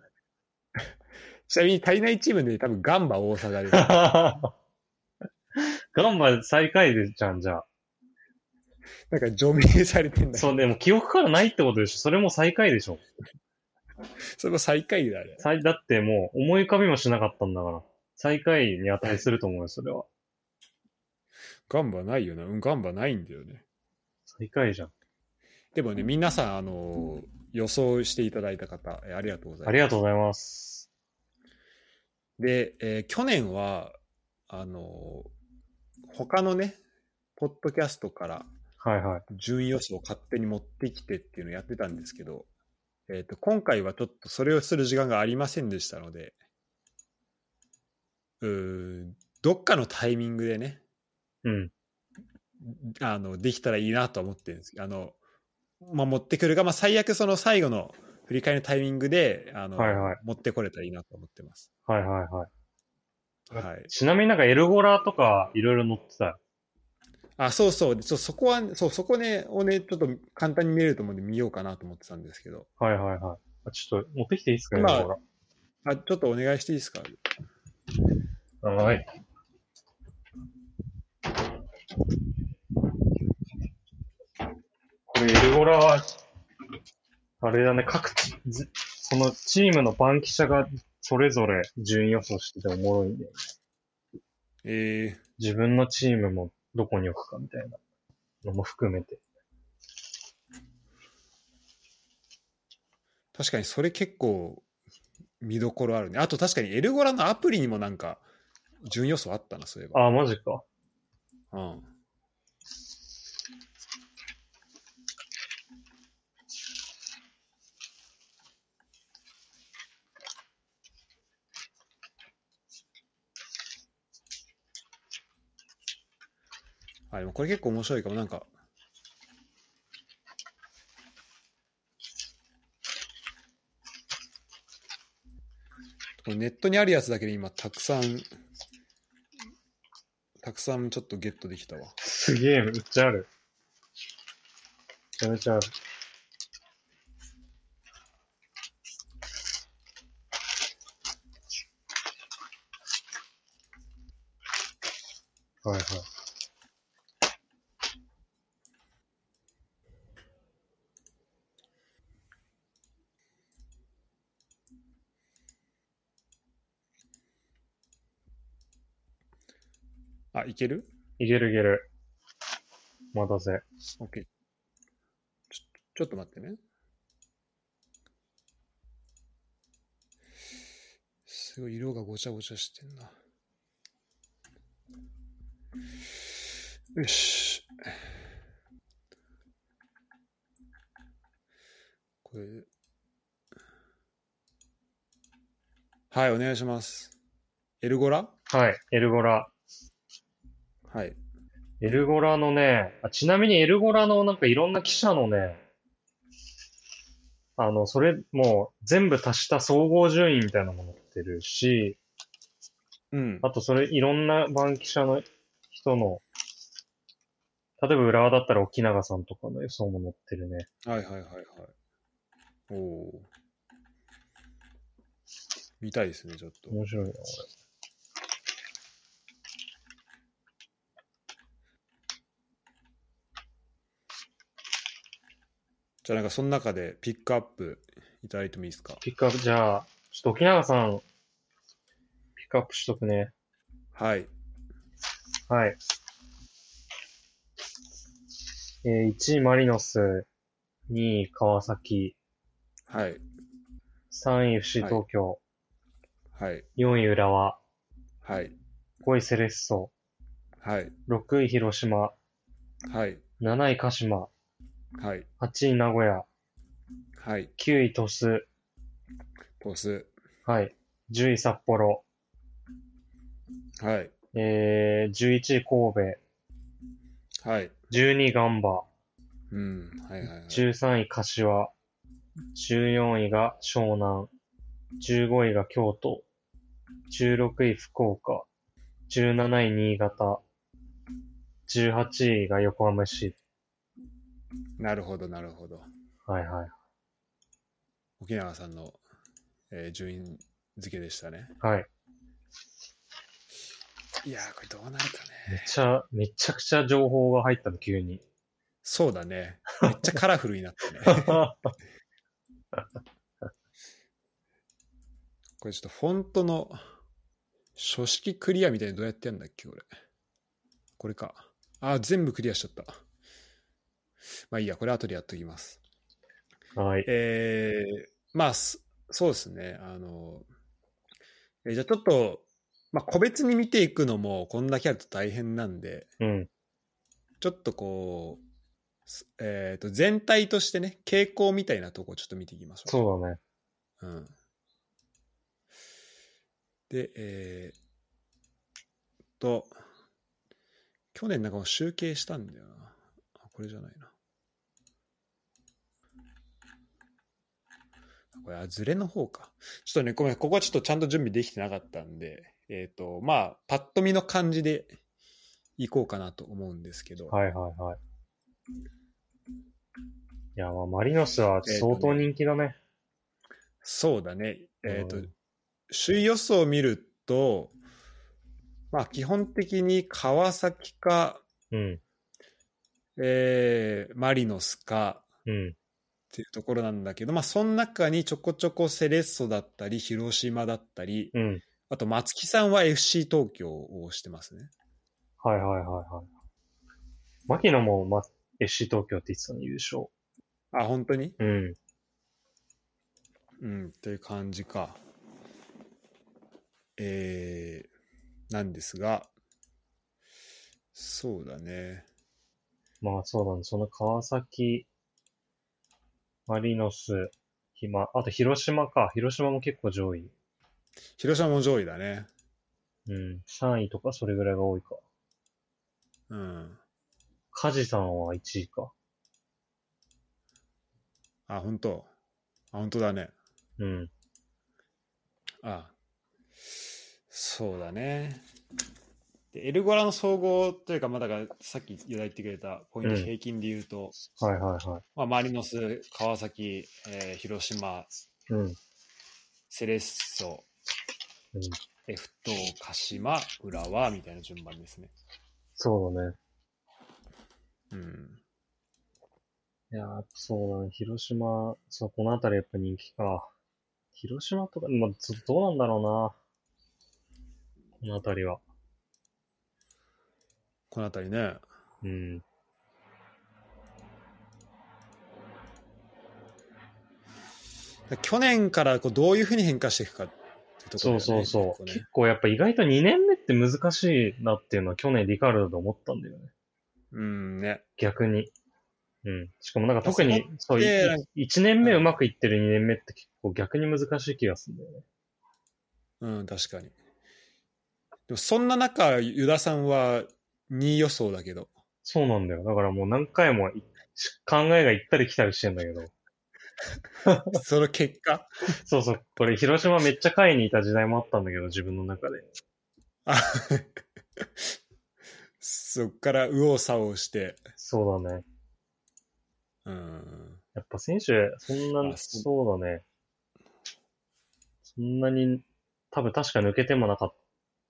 ちなみに足りないチームで多分ガンバ大阪です。
ガンバ最下位でじゃん、じゃあ。
なんか除名されてんだけど、
そう、でも記憶からないってことでしょ。それも最下位でしょ。
それも最下位だ、あれ。
最だってもう思い浮かびもしなかったんだから。最下位に値すると思うよ、それは。
ガンバないよな。うん、ガンバないんだよね。
最下位じゃん。
でもね、皆さん、あのー予想していただいた方、えーありがとうござい
あ
ま
り
す。
がとうございます。
で、えー去年は、あのー他のね、ポッドキャストから
はいはい。
順位予想を勝手に持ってきてっていうのをやってたんですけど、えっ、と、今回はちょっとそれをする時間がありませんでしたので、うーん、どっかのタイミングでね、
うん。
あの、できたらいいなと思ってるんですけど、あの、まあ、持ってくるが、まあ、最悪その最後の振り返りのタイミングで、あの、
はいはい
持ってこれたらいいなと思ってます。
はいはいはい。
はい。
ちなみになんかエルゴラとかいろいろ載ってたよ。
あ、そうそう。そそこは、そう、そこね、をね、ちょっと簡単に見れると思うんで見ようかなと思ってたんですけど。
はいはいはいあ。ちょっと持ってきていいですか、エル
まあ
ゴ
あ、ちょっとお願いしていいですか
ラ。はい。これエルゴラは、あれだね、各チ、ずそのチームの番記者がそれぞれ順位予想してておもろいね。
え
自分のチームもどこに置くかみたいなのも含めて。
ー、確かにそれ結構見どころあるね。あと確かにエルゴラのアプリにもなんか、準予想あったな、そういえば。
ああ、マジか。
うん。あ、でもこれ結構面白いかも、なんか。これネットにあるやつだけで今たくさん、たくさんちょっとゲットできたわ。
すげえ、めっちゃある。めちゃめちゃある。はいはい。
あ、いける
いけるいける。お待たせ。
オッケー。ちょちょっと待ってね。すごい色がごちゃごちゃしてんな。よし。これ。はい、お願いします。エルゴラ
はい、エルゴラ。
はい。
エルゴラのね、あちなみにエルゴラのなんかいろんな記者のね、あの、それもう全部足した総合順位みたいなのも載ってるし、
うん。
あとそれいろんな番記者の人の、例えば浦和だったら沖永さんとかの予想も載ってるね。
はいはいはいはい。おお。見たいですね、ちょっと。
面白いな、こ
じゃあなんかその中でピックアップいただいてもいいですか
れ。ピックアップ、じゃあ、ちょっと沖永さん、ピックアップしとくね。
はい。
はい。えー、1位マリノス、2位川崎、
はい。
3位 FC
はい
東京、
はい。
4位浦和、
はい。
5位セレッソ、
はい。
6位広島、
はい。
7位鹿島、
はい。
8位名古屋、
はい。
9位鳥栖、
ポス。
はい、10位札幌、
はい。
えー、11位神
はい。
戸、12位ガンバ、
うん。はいはいはい。
13位柏、14位が湘南、15位が京都、16位福岡、17位新潟、 18位が横浜 FC。
なるほど、なるほど。
はいはい。
沖縄さんの、えー順位付けでしたね。
はい。
いやー、これどうなるか
めっ
ね。
ちゃ、めちゃくちゃ情報が入ったの、急に。 [laughs]
そうだね。めっちゃカラフルになったね。これちょっとフォントの書式クリアみたいにどうやってやるんだっけ、これ。これか。あー、全部クリアしちゃった。まあいいや、これ後でやっときます。
はい。
えーまあ、すそうですね。あの、えーじゃあちょっと、まあ、個別に見ていくのも、こんだけあると大変なんで、
うん。
ちょっとこう、すえっ、と、全体としてね、傾向みたいなとこをちょっと見ていきましょう。
そうだね。
うん。で、えー、と、去年なんかもう集計したんだよな。あこれじゃないな。これ、あ、ズレの方か。ちょっとね、ごめん、ここはちょっとちゃんと準備できてなかったんで、えっ、と、まあ、パッと見の感じでいこうかなと思うんですけど、
はいはいはい。いや、まあ、マリノスは相当人気だね。
そうだね。えっ、と、
うん
首位予想を見ると、まあ、基本的に川崎か、
うん。
えーマリノスか
うん。
っていうところなんだけど、まあ、その中にちょこちょこセレッソだったり、広島だったり、
うん。
あと松木さんは FC 東京をしてますね。
はいはいはいはい。牧野も、まあ、FC 東京って言ってたの、優勝。
あ、本当に
うん。
うん、っていう感じか。えー、なんですが、そうだね。
まあ、そうだね。その川崎、マリノス、暇、あと広島か。広島も結構上位。
広島も上位だね。
うん。3位とか、それぐらいが多いか。
うん。
梶さんは1位か。
あ、本当。あ、本当だね。
うん。
あそうだね。でエルゴラの総合というか、まあ、だからさっきいただいてくれたポイント
うん
平均で言うと、
はいはいはい。
まあ、マリノス、川崎、えー広島、
うん。
セレッソ、
うん、
エフト、鹿島、浦和みたいな順番ですね。
そうだね。
うん。
いやー、やっぱそうだね。広島、そう、この辺りやっぱ人気か。広島とか、まあ、ずどうなんだろうな。この辺りは。
この辺りね。
うん。
だから去年からこうどういうふうに変化していくかってところだ
そ
よ
う
ね
そうそ
結構
う。結
ね
構やっぱ意外と2年目って難しいなっていうのは去年リカルドで思ったんだよね。
うんね。
逆に。うん。しかもなんか特に、そう、
で
1年目うまくいってる2年目って結構逆に難しい気がするんだよね。
うん、確かに。でもそんな中、ユダさんは2位予想だけ
[laughs]
ど。
そうなんだよ。だからもう何回もい考えが行ったり来たりしてんだけど。
その結果 [laughs]
そうそう。これ広島めっちゃ下位にいた時代もあったんだけど、自分の中で。
あそっから右往左往して。
そうだね。
うん。
やっぱ選手、そんな、
あそう
そうだね。そんなに、多分確か抜けてもなかっ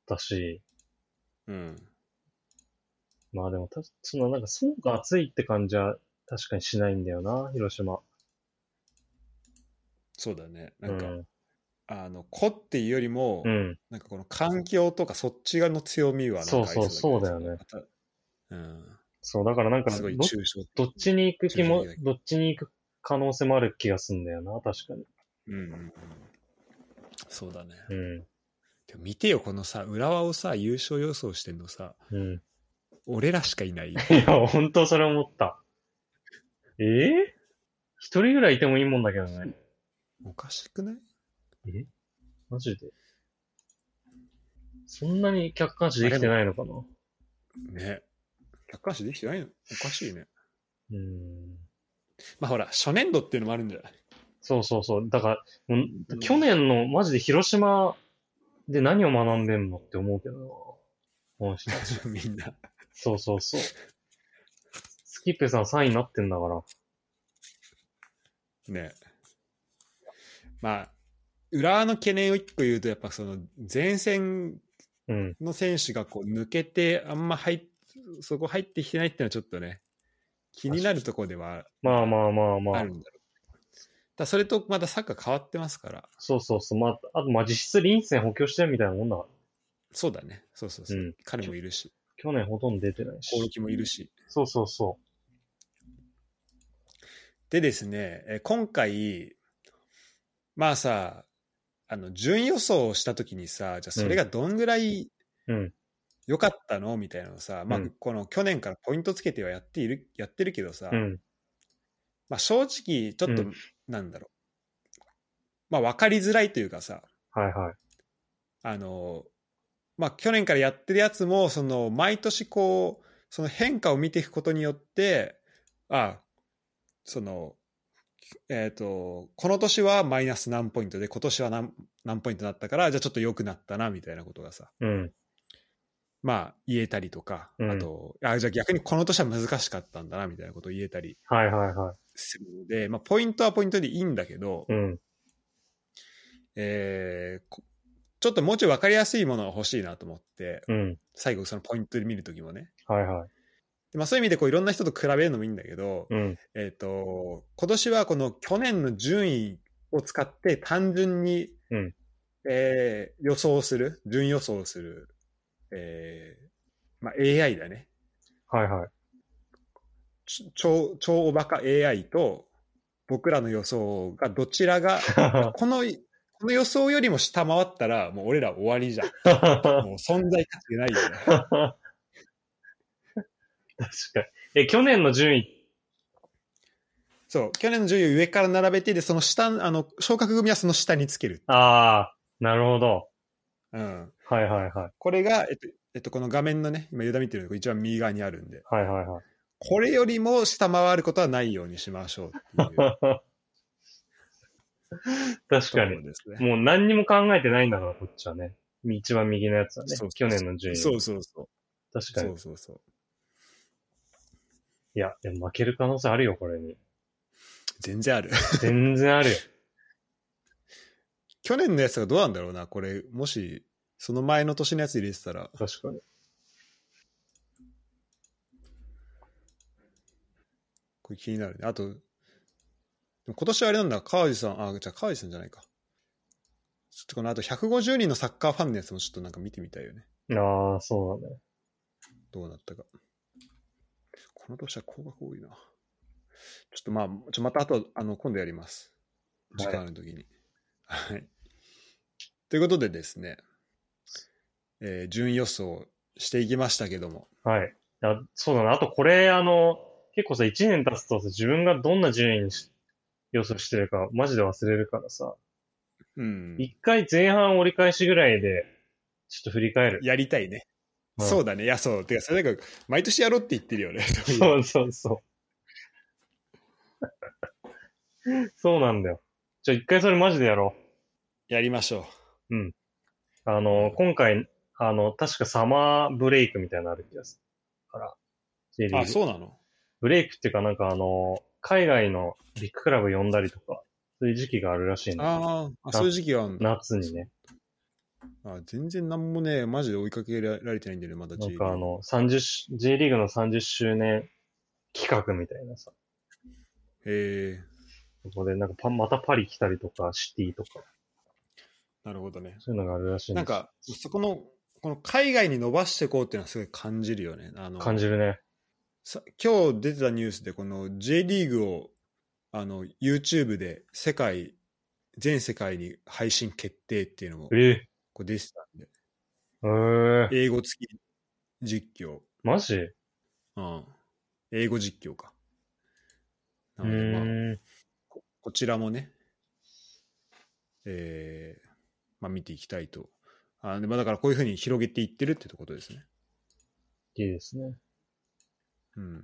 たし、
うん。
まあでもた、そのなんか層が厚いって感じは確かにしないんだよな、広島。
そうだね。なんか、
うん。
あの、子っていうよりも、
うん。
なんかこの環境とかそっち側の強みはなんかあり
そうそうそうだよね。
またうん。
そう、だからなんか、
すごい
ど
抽象。
どっちに行く気も
中心、
どっちに行く可能性もある気がすんだよな、確かに。
うんうんうん。そうだね。
うん。
でも見てよ、このさ、浦和をさ、優勝予想してんのさ、 [laughs]
うん。
俺らしかいない。
いや、本当それ思った。えー一人ぐらいいてもいいもんだけどね。
おかしくない
マジで。そんなに客観視できてないのかなう
ね。客観視できてないのおかしいね。
ーん。
まあほら、初年度っていうのもあるんじゃない
そうそうそう。だから、もう
うん
去年のマジで
[laughs]
広島で何を学んでんのって思うけどな。この人たち。
[laughs] みんな。
そうそうそう。スキッペさん3位になってんだから。
ねまあ浦和の懸念を一個言うとやっぱその前線
うん。
の選手がこう抜けてあんま入っそこ入ってきてないっていうのはちょっとね気になるところでは
まあまあまあま
あ
あ
る。んだろう、だそれとまたサッカー変わってますから
そうそうそう。まあ、あとまあ実質臨戦補強してるみたいなもんだから。
そうだねそうそうそう、
うん
彼もいるし
去年ほとんど出てない
興
し。
梠もいるし
そうそうそ
でですね、えー今回、まあさ、あの、順予想をしたときにさ、じゃあそれがどんぐらい
うん
良かったのみたいなのをさ、まあ
うん、
この去年からポイントつけてはやっている、やってるけどさ、
う。うん。
まあ正直、ちょっと
うん、
なんだろう、まあ分かりづらいというかさ、
はいはい。
あの、まあ去年からやってるやつも、その、毎年こう、その変化を見ていくことによって、あ、その、えっ、と、この年はマイナス何ポイントで、今年は何何ポイントだったから、じゃあちょっと良くなったな、みたいなことがさ、
うん。
まあ言えたりとか、
うん
あと、あ、じゃあ逆にこの年は難しかったんだな、みたいなことを言えたり
はいはいはい。
するので、まあポイントはポイントでいいんだけど、
うん。
えーこちょっともうちょい分かりやすいものが欲しいなと思って、
うん。
最後そのポイントで見るときもね。
はいはい。
でまあ、そういう意味でこういろんな人と比べるのもいいんだけど、
うん。
えっ、と、今年はこの去年の順位を使って単純に、
うん
えー予想する、順予想する、えーまあ、AI だね。[laughs]
はいはい。 [laughs]
ち超、超おバカ AI と僕らの予想がどちら
[laughs]
が、この、この予想よりも下回ったらもう俺ら終わり
[laughs]
じゃん。もう存在価値がないよね。
確かに。え、去年の順位、
そう、去年の順位を上から並べて、で、その下、あの、昇格組はその下につける。
ああ、なるほど。
うん。
はいはいはい。
これが、えっと、えっと、この画面のね、今、ユダ見てるのが一番右側にあるんで、
はいはいはい。
これよりも下回ることはないようにしましょうっていうと
確
こ
かに
ろ。ですね。
もう何にも考えてないんだから、こっちはね。一番右のやつはね。
そうそう
去年の順位。
そうそうそう。
確か
そ
に
う。そうそう。
いや、でも負ける可能性あるよ、こ
[laughs]
れに。
全然ある。
全然あるよ。
去年のやつがどうなんだろうな、これ、もし、その前の年のやつ入れてたら、
確かに。
これ気になるね。あと、でも今年はあれなんだ、川地さん、あ、じゃあ川地さんじゃないか。ちょっとこのあと150人のサッカーファンのやつもちょっとなんか見てみたいよね。
ああ、そうだね。
どうなったか。この年は高額多いな。ちょっとまあ、ちょまたあと、あの、今度やります。時間ある時に。はい。ということでですね、えー順予想していきましたけども、
はい。あそうだな。あとこれ、あの、結構さ、1年経つとさ、自分がどんな順位にし予想してるか、マジで忘れるからさ、
うん。
一回前半折り返しぐらいで、ちょっと振り返る。
やりたいね。
うん
そうだね。いや、そう。てか、それなんか、毎年やろうって言ってるよね。
[laughs] そうそうそう。 [laughs] そうなんだよ。ちょ、一回それマジでやろ
やりましょ
う。あの、今回、あの、確かサマーブレイクみたいなのある気がするから。J リー
う。
グ
あ、そうなの
ブレイクっていうかなんかあの、海外のビッグクラブ呼んだりとか、そういう時期があるらしいんだよ
あーあ、そういう時期があるんだ。
夏にね。
あ全然なんもね、マジで追いかけられてないんだよね、まだ
なんかあの、30し、J リーグの30周年企画みたいなさ。
え
そこでなんかパまたパリ来たりとか、シティとか、
ー、なるほどね。
そういうのがあるらしいん
なん
で
か、そこの、この海外に伸ばしていこうっていうのはすごい感じるよね。あの、
感じるね。
さ今日出てたニュースで、この J リーグを、あの、YouTube で世界、全世界に配信決定っていうのも、
ええ
こう出てたんで、
えー、
英語付き実況、
マジう
うん。英語実況か。な
ー
ので、まあ、
ん。
ここちらもね、えーまあ、見ていきたいと。あでまあ、だからこういうふうに広げていってるってことですね。
いいですね。
うん。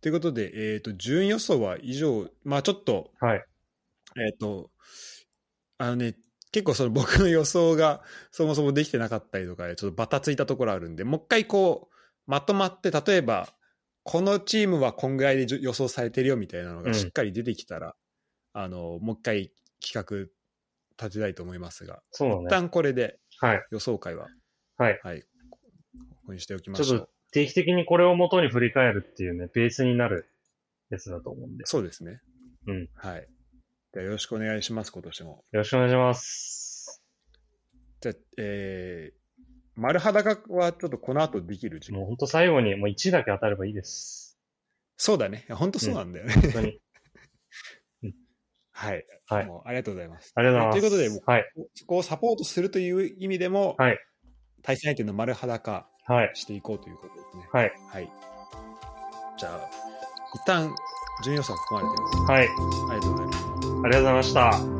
ということで、えっ、と、順予想は以上、まあちょっと、
はい。
えっ、と、あのね、結構その僕の予想がそもそもできてなかったりとかで、ちょっとバタついたところあるんで、もう一回こう、まとまって、例えば、このチームはこんぐらいでじゅ予想されてるよみたいなの
う
が
ん
しっかり出てきたら、あの、もう一回企画立てたいと思いますが、
そう
一
だね。
旦これで
はい。
予想会は、
はい。
はい、ここにしておきま
ちょっ
しょ
と
う。
定期的にこれを元に振り返るっていうね、ベースになるやつだと思うんで。
そうですね。
うん。
はい。じゃあよろしくお願いします、今年も。
よろしくお願いします。
じゃあ、えー、丸裸はちょっとこの後できる時間。
もうほんと最後にもう1だけ当たればいいです。
そうだね。本当そうなんだよね。
本当に。
[laughs] はい。
はい
もうありがとうございます。
ありがとうございます。
ということで
はい。
そこをサポートするという意味でも、
はい
対戦相手の丸裸
はい。
していこうということですね。
はい。
はい。じゃあ、一旦、順位予想はここまでというこ
はい。あり
とでありがとうございます。
がとうございました。